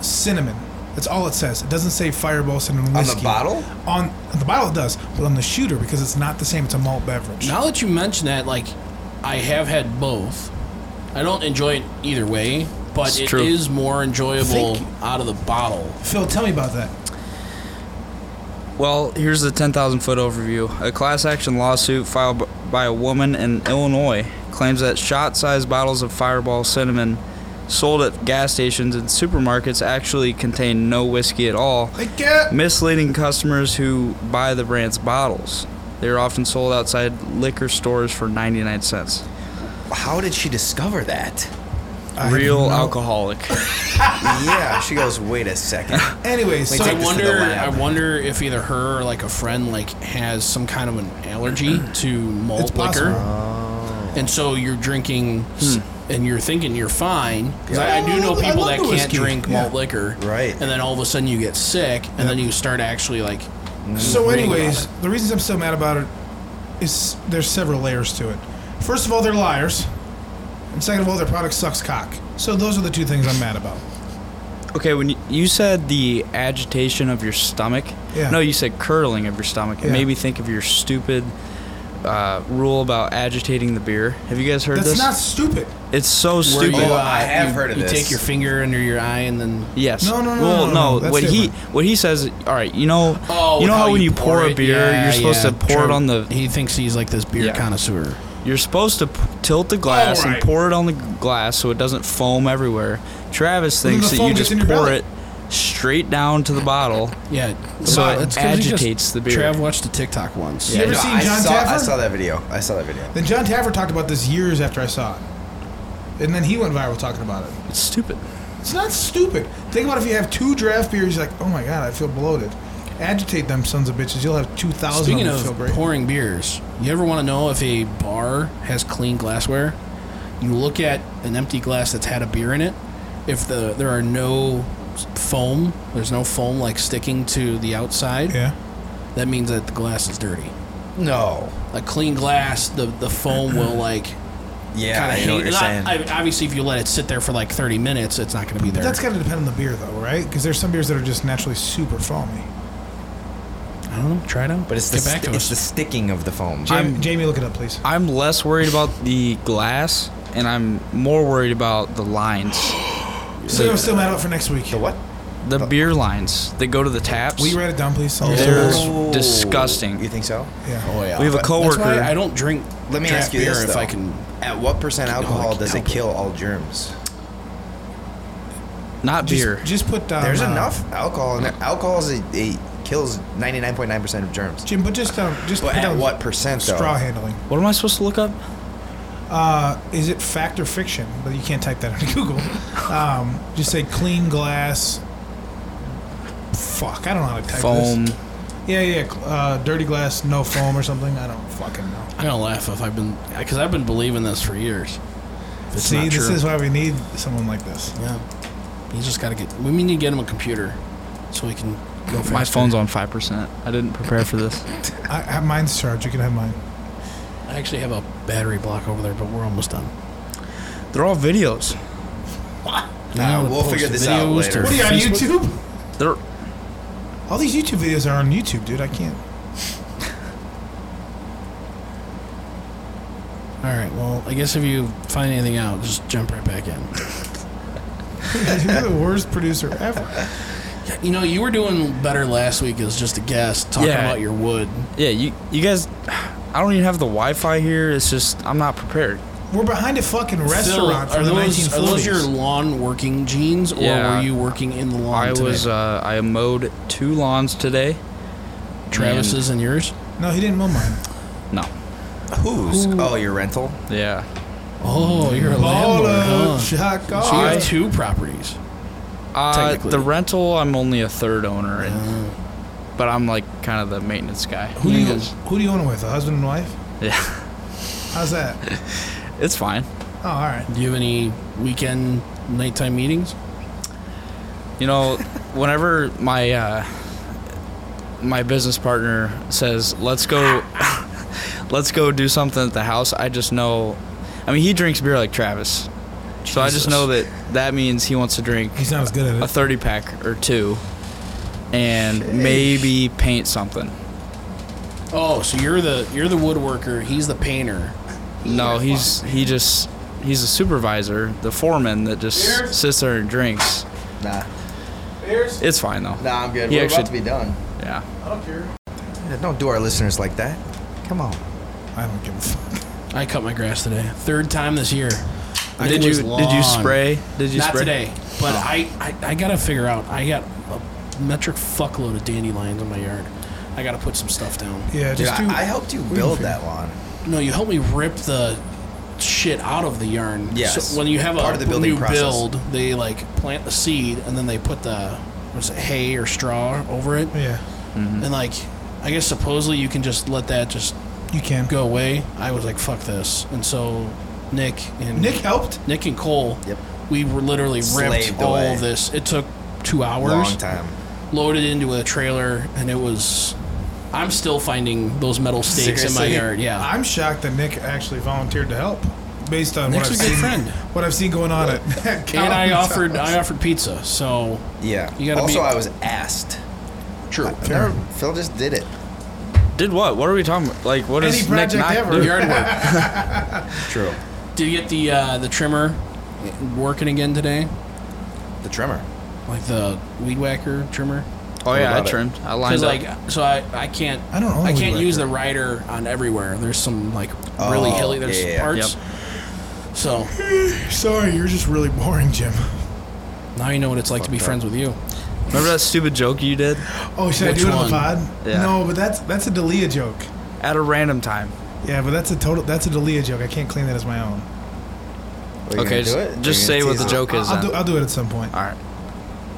Speaker 1: cinnamon. That's all it says. It doesn't say fireball cinnamon
Speaker 3: the
Speaker 1: whiskey
Speaker 3: bottle?
Speaker 1: On, on the bottle it does, but on the shooter because it's not the same. It's a malt beverage.
Speaker 2: Now that you mention that, like, I have had both. I don't enjoy it either way, but
Speaker 4: It's
Speaker 2: it is
Speaker 4: true.
Speaker 2: more enjoyable
Speaker 1: Thank you.
Speaker 2: out of the bottle.
Speaker 1: Phil, tell me about that.
Speaker 4: Well, here's the 10,000 foot overview. A class action lawsuit filed b- by a woman in Illinois claims that shot sized bottles of Fireball cinnamon sold at gas stations and supermarkets actually contain no whiskey at all,
Speaker 1: Like, get
Speaker 4: misleading customers who buy the brand's bottles. They are often sold outside liquor stores for 99 cents.
Speaker 3: How did she discover that?
Speaker 1: I
Speaker 4: Real
Speaker 1: have no-
Speaker 4: alcoholic.
Speaker 3: yeah, she goes, wait a second.
Speaker 1: Anyways,
Speaker 3: Wait,
Speaker 1: so
Speaker 2: I
Speaker 3: take this to the
Speaker 2: wonder. I
Speaker 3: lab.
Speaker 2: wonder if either her or like a friend like has some kind of an allergy to malt
Speaker 1: It's
Speaker 2: liquor,
Speaker 1: possible.
Speaker 2: and so you're drinking, s and you're thinking you're fine. Because
Speaker 1: Yeah.
Speaker 2: I, I do
Speaker 1: I
Speaker 2: know
Speaker 1: love- I
Speaker 2: people
Speaker 1: love
Speaker 2: that
Speaker 1: the
Speaker 2: can't
Speaker 1: whiskey.
Speaker 2: drink malt
Speaker 1: Yeah.
Speaker 2: liquor,
Speaker 3: Right.
Speaker 2: And then all of a sudden you get sick, and then you start actually like,
Speaker 1: So,
Speaker 2: Reading
Speaker 1: anyways, the reasons I'm so mad about it is there's several layers to it. First of all, they're liars, and second of all, their product sucks cock. So those are the two things I'm mad about.
Speaker 4: Okay, when you, you said the agitation of your stomach,
Speaker 1: Yeah.
Speaker 4: no, you said curdling of your stomach. It
Speaker 1: Yeah.
Speaker 4: made me think of your stupid uh, rule about agitating the beer. Have you guys heard
Speaker 1: That's
Speaker 4: this?
Speaker 1: not stupid.
Speaker 4: it's so
Speaker 2: where
Speaker 4: stupid.
Speaker 2: you,
Speaker 3: Oh, I
Speaker 2: uh,
Speaker 3: have
Speaker 2: you-
Speaker 3: heard of
Speaker 2: you
Speaker 3: this.
Speaker 2: take your finger under your eye and then
Speaker 4: Yes.
Speaker 1: No, no, no,
Speaker 4: Well,
Speaker 1: no, no,
Speaker 4: no.
Speaker 1: that's
Speaker 4: What he
Speaker 1: different.
Speaker 4: what he says. All right, you know,
Speaker 2: Oh,
Speaker 4: you know
Speaker 2: how,
Speaker 4: when you pour, a
Speaker 2: it?
Speaker 4: beer,
Speaker 2: Yeah,
Speaker 4: you're supposed
Speaker 2: yeah,
Speaker 4: to pour it
Speaker 2: true.
Speaker 4: on the.
Speaker 2: He thinks he's like this beer
Speaker 4: Yeah.
Speaker 2: connoisseur.
Speaker 4: You're supposed to p- tilt the glass
Speaker 1: Alright.
Speaker 4: and pour it on the glass so it doesn't foam everywhere. Travis
Speaker 1: then
Speaker 4: thinks
Speaker 1: the
Speaker 4: that
Speaker 1: foam
Speaker 4: you
Speaker 1: gets
Speaker 4: just
Speaker 1: in your
Speaker 4: pour
Speaker 1: belly.
Speaker 4: it straight down to the bottle.
Speaker 2: Yeah,
Speaker 4: So
Speaker 2: Well,
Speaker 4: it
Speaker 2: that's 'cause he just-
Speaker 4: agitates the beer.
Speaker 2: Trav watched a TikTok once.
Speaker 1: You ever
Speaker 3: No,
Speaker 1: seen
Speaker 3: I,
Speaker 1: John
Speaker 3: saw, I
Speaker 1: Taffer?
Speaker 3: saw that video. I saw that video.
Speaker 1: Then John Taffer talked about this years after I saw it, and then he went viral talking about it.
Speaker 4: It's stupid.
Speaker 1: It's not stupid. Think about if you have two draft beers, you're like, oh my god, I feel bloated. Agitate them sons of bitches. You'll have two thousand.
Speaker 2: Speaking
Speaker 1: them
Speaker 2: of
Speaker 1: feel great.
Speaker 2: pouring beers, you ever want to know if a bar has clean glassware? You look at an empty glass that's had a beer in it. If the there are no foam, there's no foam like sticking to the outside.
Speaker 1: yeah.
Speaker 2: That means that the glass is dirty.
Speaker 3: No.
Speaker 2: A clean glass, the the foam will like
Speaker 3: Yeah,
Speaker 2: kind of
Speaker 3: I know
Speaker 2: hang.
Speaker 3: what you're
Speaker 2: and I-
Speaker 3: saying.
Speaker 2: I- obviously, if you let it sit there for like 30 minutes, it's not going to be there.
Speaker 1: That's got to depend on the beer, though, right? Because there's some beers that are just naturally super foamy.
Speaker 2: I don't know. Try it out.
Speaker 3: but it's the,
Speaker 2: get back to
Speaker 3: st- it's the
Speaker 2: us.
Speaker 3: sticking of the foam.
Speaker 1: Jamie,
Speaker 4: I'm-
Speaker 1: Jamie look it up, please.
Speaker 4: I'm less worried about the glass, and I'm more worrid about the lines,
Speaker 1: So I'm still mad about for next week.
Speaker 3: the what?
Speaker 4: the beer lines that go to the taps.
Speaker 1: Will you write it down, please?
Speaker 4: They're
Speaker 1: Yeah.
Speaker 3: Oh.
Speaker 4: disgusting.
Speaker 3: You think so?
Speaker 2: Oh, yeah.
Speaker 4: We have a
Speaker 2: But that's
Speaker 4: coworker-
Speaker 2: why I don't drink.
Speaker 3: Let me
Speaker 2: draft
Speaker 3: ask you
Speaker 2: beer
Speaker 3: this
Speaker 2: if
Speaker 3: though.
Speaker 2: I can.
Speaker 3: At what percent alcohol
Speaker 2: like
Speaker 3: does it
Speaker 2: alcohol.
Speaker 3: kill all germs?
Speaker 4: Not
Speaker 1: Just,
Speaker 4: beer.
Speaker 1: just put down.
Speaker 3: There's
Speaker 1: uh,
Speaker 3: enough alcohol in there. Alcohol is a, it kills 99.9% of germs.
Speaker 1: Jim, but just down. Just
Speaker 3: But
Speaker 1: put
Speaker 3: at
Speaker 1: down
Speaker 3: what percent though?
Speaker 1: Straw handling.
Speaker 4: what am I supposed to look up?
Speaker 1: Uh, is it fact or fiction? But you can't type that into Google. Um, just say clean glass. Fuck, I don't know how to type
Speaker 4: Foam.
Speaker 1: this. Yeah, yeah, cl- uh, dirty glass, no foam or something. I don't fucking know.
Speaker 2: I'm gonna laugh if I've been because I've been believing this for years. If It's
Speaker 1: See,
Speaker 2: not
Speaker 1: this
Speaker 2: true.
Speaker 1: is why we need someone like this.
Speaker 2: yeah. You just gotta get. We need to get him a computer so he can go. Faster.
Speaker 4: My phone's on five percent. I didn't prepare for this.
Speaker 1: I, I, mine's charged. You can have mine.
Speaker 2: I actually have a battery block over there, but we're almost done.
Speaker 4: They're all videos.
Speaker 1: Ah,
Speaker 2: You know,
Speaker 3: we'll
Speaker 2: post
Speaker 3: figure this out
Speaker 2: videos
Speaker 3: later.
Speaker 2: to
Speaker 1: What are you on
Speaker 2: Facebook?
Speaker 1: YouTube?
Speaker 4: They're
Speaker 1: All these YouTube videos are on YouTube, dude. I can't.
Speaker 2: All right. Well, I guess if you find anything out, just jump right back in.
Speaker 1: You're the worst producer ever.
Speaker 2: You know, you were doing better last week as just a guest talking
Speaker 4: Yeah.
Speaker 2: about your wood.
Speaker 4: yeah. You you guys. I don't even have the Wi-Fi here. It's just I'm not prepared.
Speaker 1: We're behind a fucking
Speaker 2: Phil,
Speaker 1: restaurant
Speaker 2: are
Speaker 1: from the
Speaker 2: those
Speaker 1: 1940s.
Speaker 2: are those your lawn working jeans, or
Speaker 4: Yeah.
Speaker 2: were you working in the lawn?
Speaker 4: I
Speaker 2: today?
Speaker 4: was uh, I mowed two lawns today.
Speaker 2: Travis's and yours.
Speaker 1: no, he didn't mow mine.
Speaker 4: And- no.
Speaker 3: Who's? Oh, your rental?
Speaker 4: Yeah.
Speaker 2: Oh, you're a
Speaker 1: Baller,
Speaker 2: landlord. Huh?
Speaker 1: Chuck,
Speaker 2: So you
Speaker 1: oh.
Speaker 2: have two properties.
Speaker 4: Uh,
Speaker 2: Technically.
Speaker 4: the rental, I'm only a third owner, in, but I'm like kind of the maintenance guy.
Speaker 1: Ah. Who do you who do you own it with? A husband and wife?
Speaker 4: Yeah,
Speaker 1: How's that?
Speaker 4: it's fine.
Speaker 1: Oh, all right.
Speaker 2: Do you have any weekend nighttime meetings?
Speaker 4: You know, whenever my uh, my business partner says, "Let's go, let's go do something at the house," I just know. I mean, he drinks beer like Travis, so I
Speaker 2: Jesus.
Speaker 4: just know that that means he wants to drink
Speaker 1: He's not as good at
Speaker 4: a
Speaker 1: it.
Speaker 4: 30 pack or two, and maybe paint something.
Speaker 2: Oh, so you're the you're the woodworker. He's the painter.
Speaker 4: No, he's he just he's a supervisor, the foreman that just
Speaker 1: Cheers.
Speaker 4: sits there and drinks.
Speaker 3: Nah.
Speaker 4: It's fine though.
Speaker 3: Nah, I'm good.
Speaker 4: He
Speaker 3: We're
Speaker 4: actually-
Speaker 3: about to be done.
Speaker 4: Yeah.
Speaker 1: I don't care.
Speaker 3: Yeah, Don't do our listeners like that. Come on.
Speaker 1: I don't give a fuck.
Speaker 2: I cut my grass today. Third time this year. I
Speaker 4: Did you did you spray? Did you
Speaker 2: Not
Speaker 4: spray?
Speaker 2: today, but
Speaker 1: Oh.
Speaker 2: I, I I gotta figure out. I got a metric fuckload of dandelions in my yard. I gotta put some stuff down.
Speaker 1: Yeah,
Speaker 3: Dude,
Speaker 1: just
Speaker 3: I,
Speaker 1: do.
Speaker 3: I helped you build that lawn.
Speaker 2: No, you helped me rip the shit out of the yarn.
Speaker 3: Yes.
Speaker 2: So when you have a
Speaker 3: Part of the building
Speaker 2: new
Speaker 3: process.
Speaker 2: build, they like plant the seed and then they put the what's it, hay or straw over it,
Speaker 1: Yeah,
Speaker 3: Mm-hmm.
Speaker 2: and like I guess supposedly you can just let that just
Speaker 1: you can.
Speaker 2: go away. I was like, fuck this, and so Nick and
Speaker 1: Nick helped.
Speaker 2: Nick and Cole,
Speaker 3: Yep.
Speaker 2: we were literally ripped
Speaker 3: Slaved
Speaker 2: all
Speaker 3: away.
Speaker 2: of this. It took two hours
Speaker 3: Long time.
Speaker 2: loaded into a trailer, and it was. I'm still finding those metal stakes in
Speaker 3: Seriously?
Speaker 2: my yard. Yeah,
Speaker 1: I'm shocked that Nick actually volunteered to help, based on
Speaker 2: Nick's
Speaker 1: what I've
Speaker 2: a good
Speaker 1: seen.
Speaker 2: friend.
Speaker 1: What I've seen going on at. at
Speaker 2: and I
Speaker 1: Colin's
Speaker 2: offered
Speaker 1: house.
Speaker 2: I offered pizza. So
Speaker 3: Yeah.
Speaker 2: You gotta
Speaker 3: also,
Speaker 2: be-
Speaker 3: I was asked.
Speaker 2: true.
Speaker 3: Phil- Phil just did it.
Speaker 4: Did what? What are we talking about? Like, what
Speaker 1: Any
Speaker 4: is Nick
Speaker 1: project
Speaker 4: not Oh,
Speaker 1: ever.
Speaker 4: do?
Speaker 2: yard work.
Speaker 3: True.
Speaker 2: Did you get the uh, the trimmer working again today?
Speaker 3: The trimmer.
Speaker 2: Like the weed whacker trimmer?
Speaker 4: Oh yeah, I
Speaker 3: about it?
Speaker 4: trimmed. I lined
Speaker 2: Because
Speaker 4: up.
Speaker 2: like so I, I can't
Speaker 1: I don't own a
Speaker 2: I
Speaker 1: weed
Speaker 2: can't use the
Speaker 1: whacker.
Speaker 2: rider on everywhere. There's some like really
Speaker 3: Oh,
Speaker 2: hilly there's
Speaker 3: yeah, yeah, yeah.
Speaker 2: parts. So
Speaker 1: Sorry, you're just really boring, Jim.
Speaker 2: now you know what it's like to be friends with you.
Speaker 4: Remember that stupid joke you did
Speaker 1: Oh, should
Speaker 2: Which
Speaker 1: I do it on the
Speaker 2: one?
Speaker 1: pod?
Speaker 4: Yeah.
Speaker 1: No, but that's that's a Dalia joke.
Speaker 4: at a random time?
Speaker 1: Yeah, but that's a total that's a Dalia joke. I can't claim that as my own.
Speaker 3: Are you
Speaker 4: Okay,
Speaker 3: gonna do it? Are
Speaker 4: just,
Speaker 3: you
Speaker 4: just
Speaker 3: gonna
Speaker 4: say what the
Speaker 3: tease it?
Speaker 4: joke is.
Speaker 1: I'll
Speaker 4: then.
Speaker 1: do, I'll do it at some point.
Speaker 4: All right,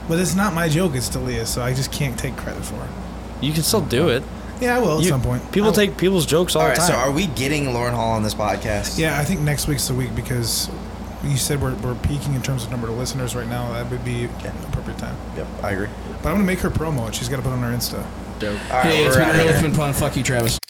Speaker 1: But it's not my joke. It's Dalia's, so I just can't take credit for it.
Speaker 4: you can still do it.
Speaker 1: Yeah, I will at
Speaker 4: You-
Speaker 1: some point.
Speaker 4: People
Speaker 1: I will.
Speaker 4: take people's jokes all,
Speaker 3: All right.
Speaker 4: the time.
Speaker 3: So, are we getting Lauren Hall on this podcast?
Speaker 1: Yeah, I think next week's the week because you said we're, we're peaking in terms of number of listeners right now. That would be an appropriate time.
Speaker 3: Yep. I agree.
Speaker 1: But I'm gonna make her promo. and She's got to put it on her Insta.
Speaker 3: All right.
Speaker 2: hey, it's
Speaker 3: we're
Speaker 2: been
Speaker 3: outta
Speaker 2: really
Speaker 3: here.
Speaker 2: it's been fun. Fuck you, Travis.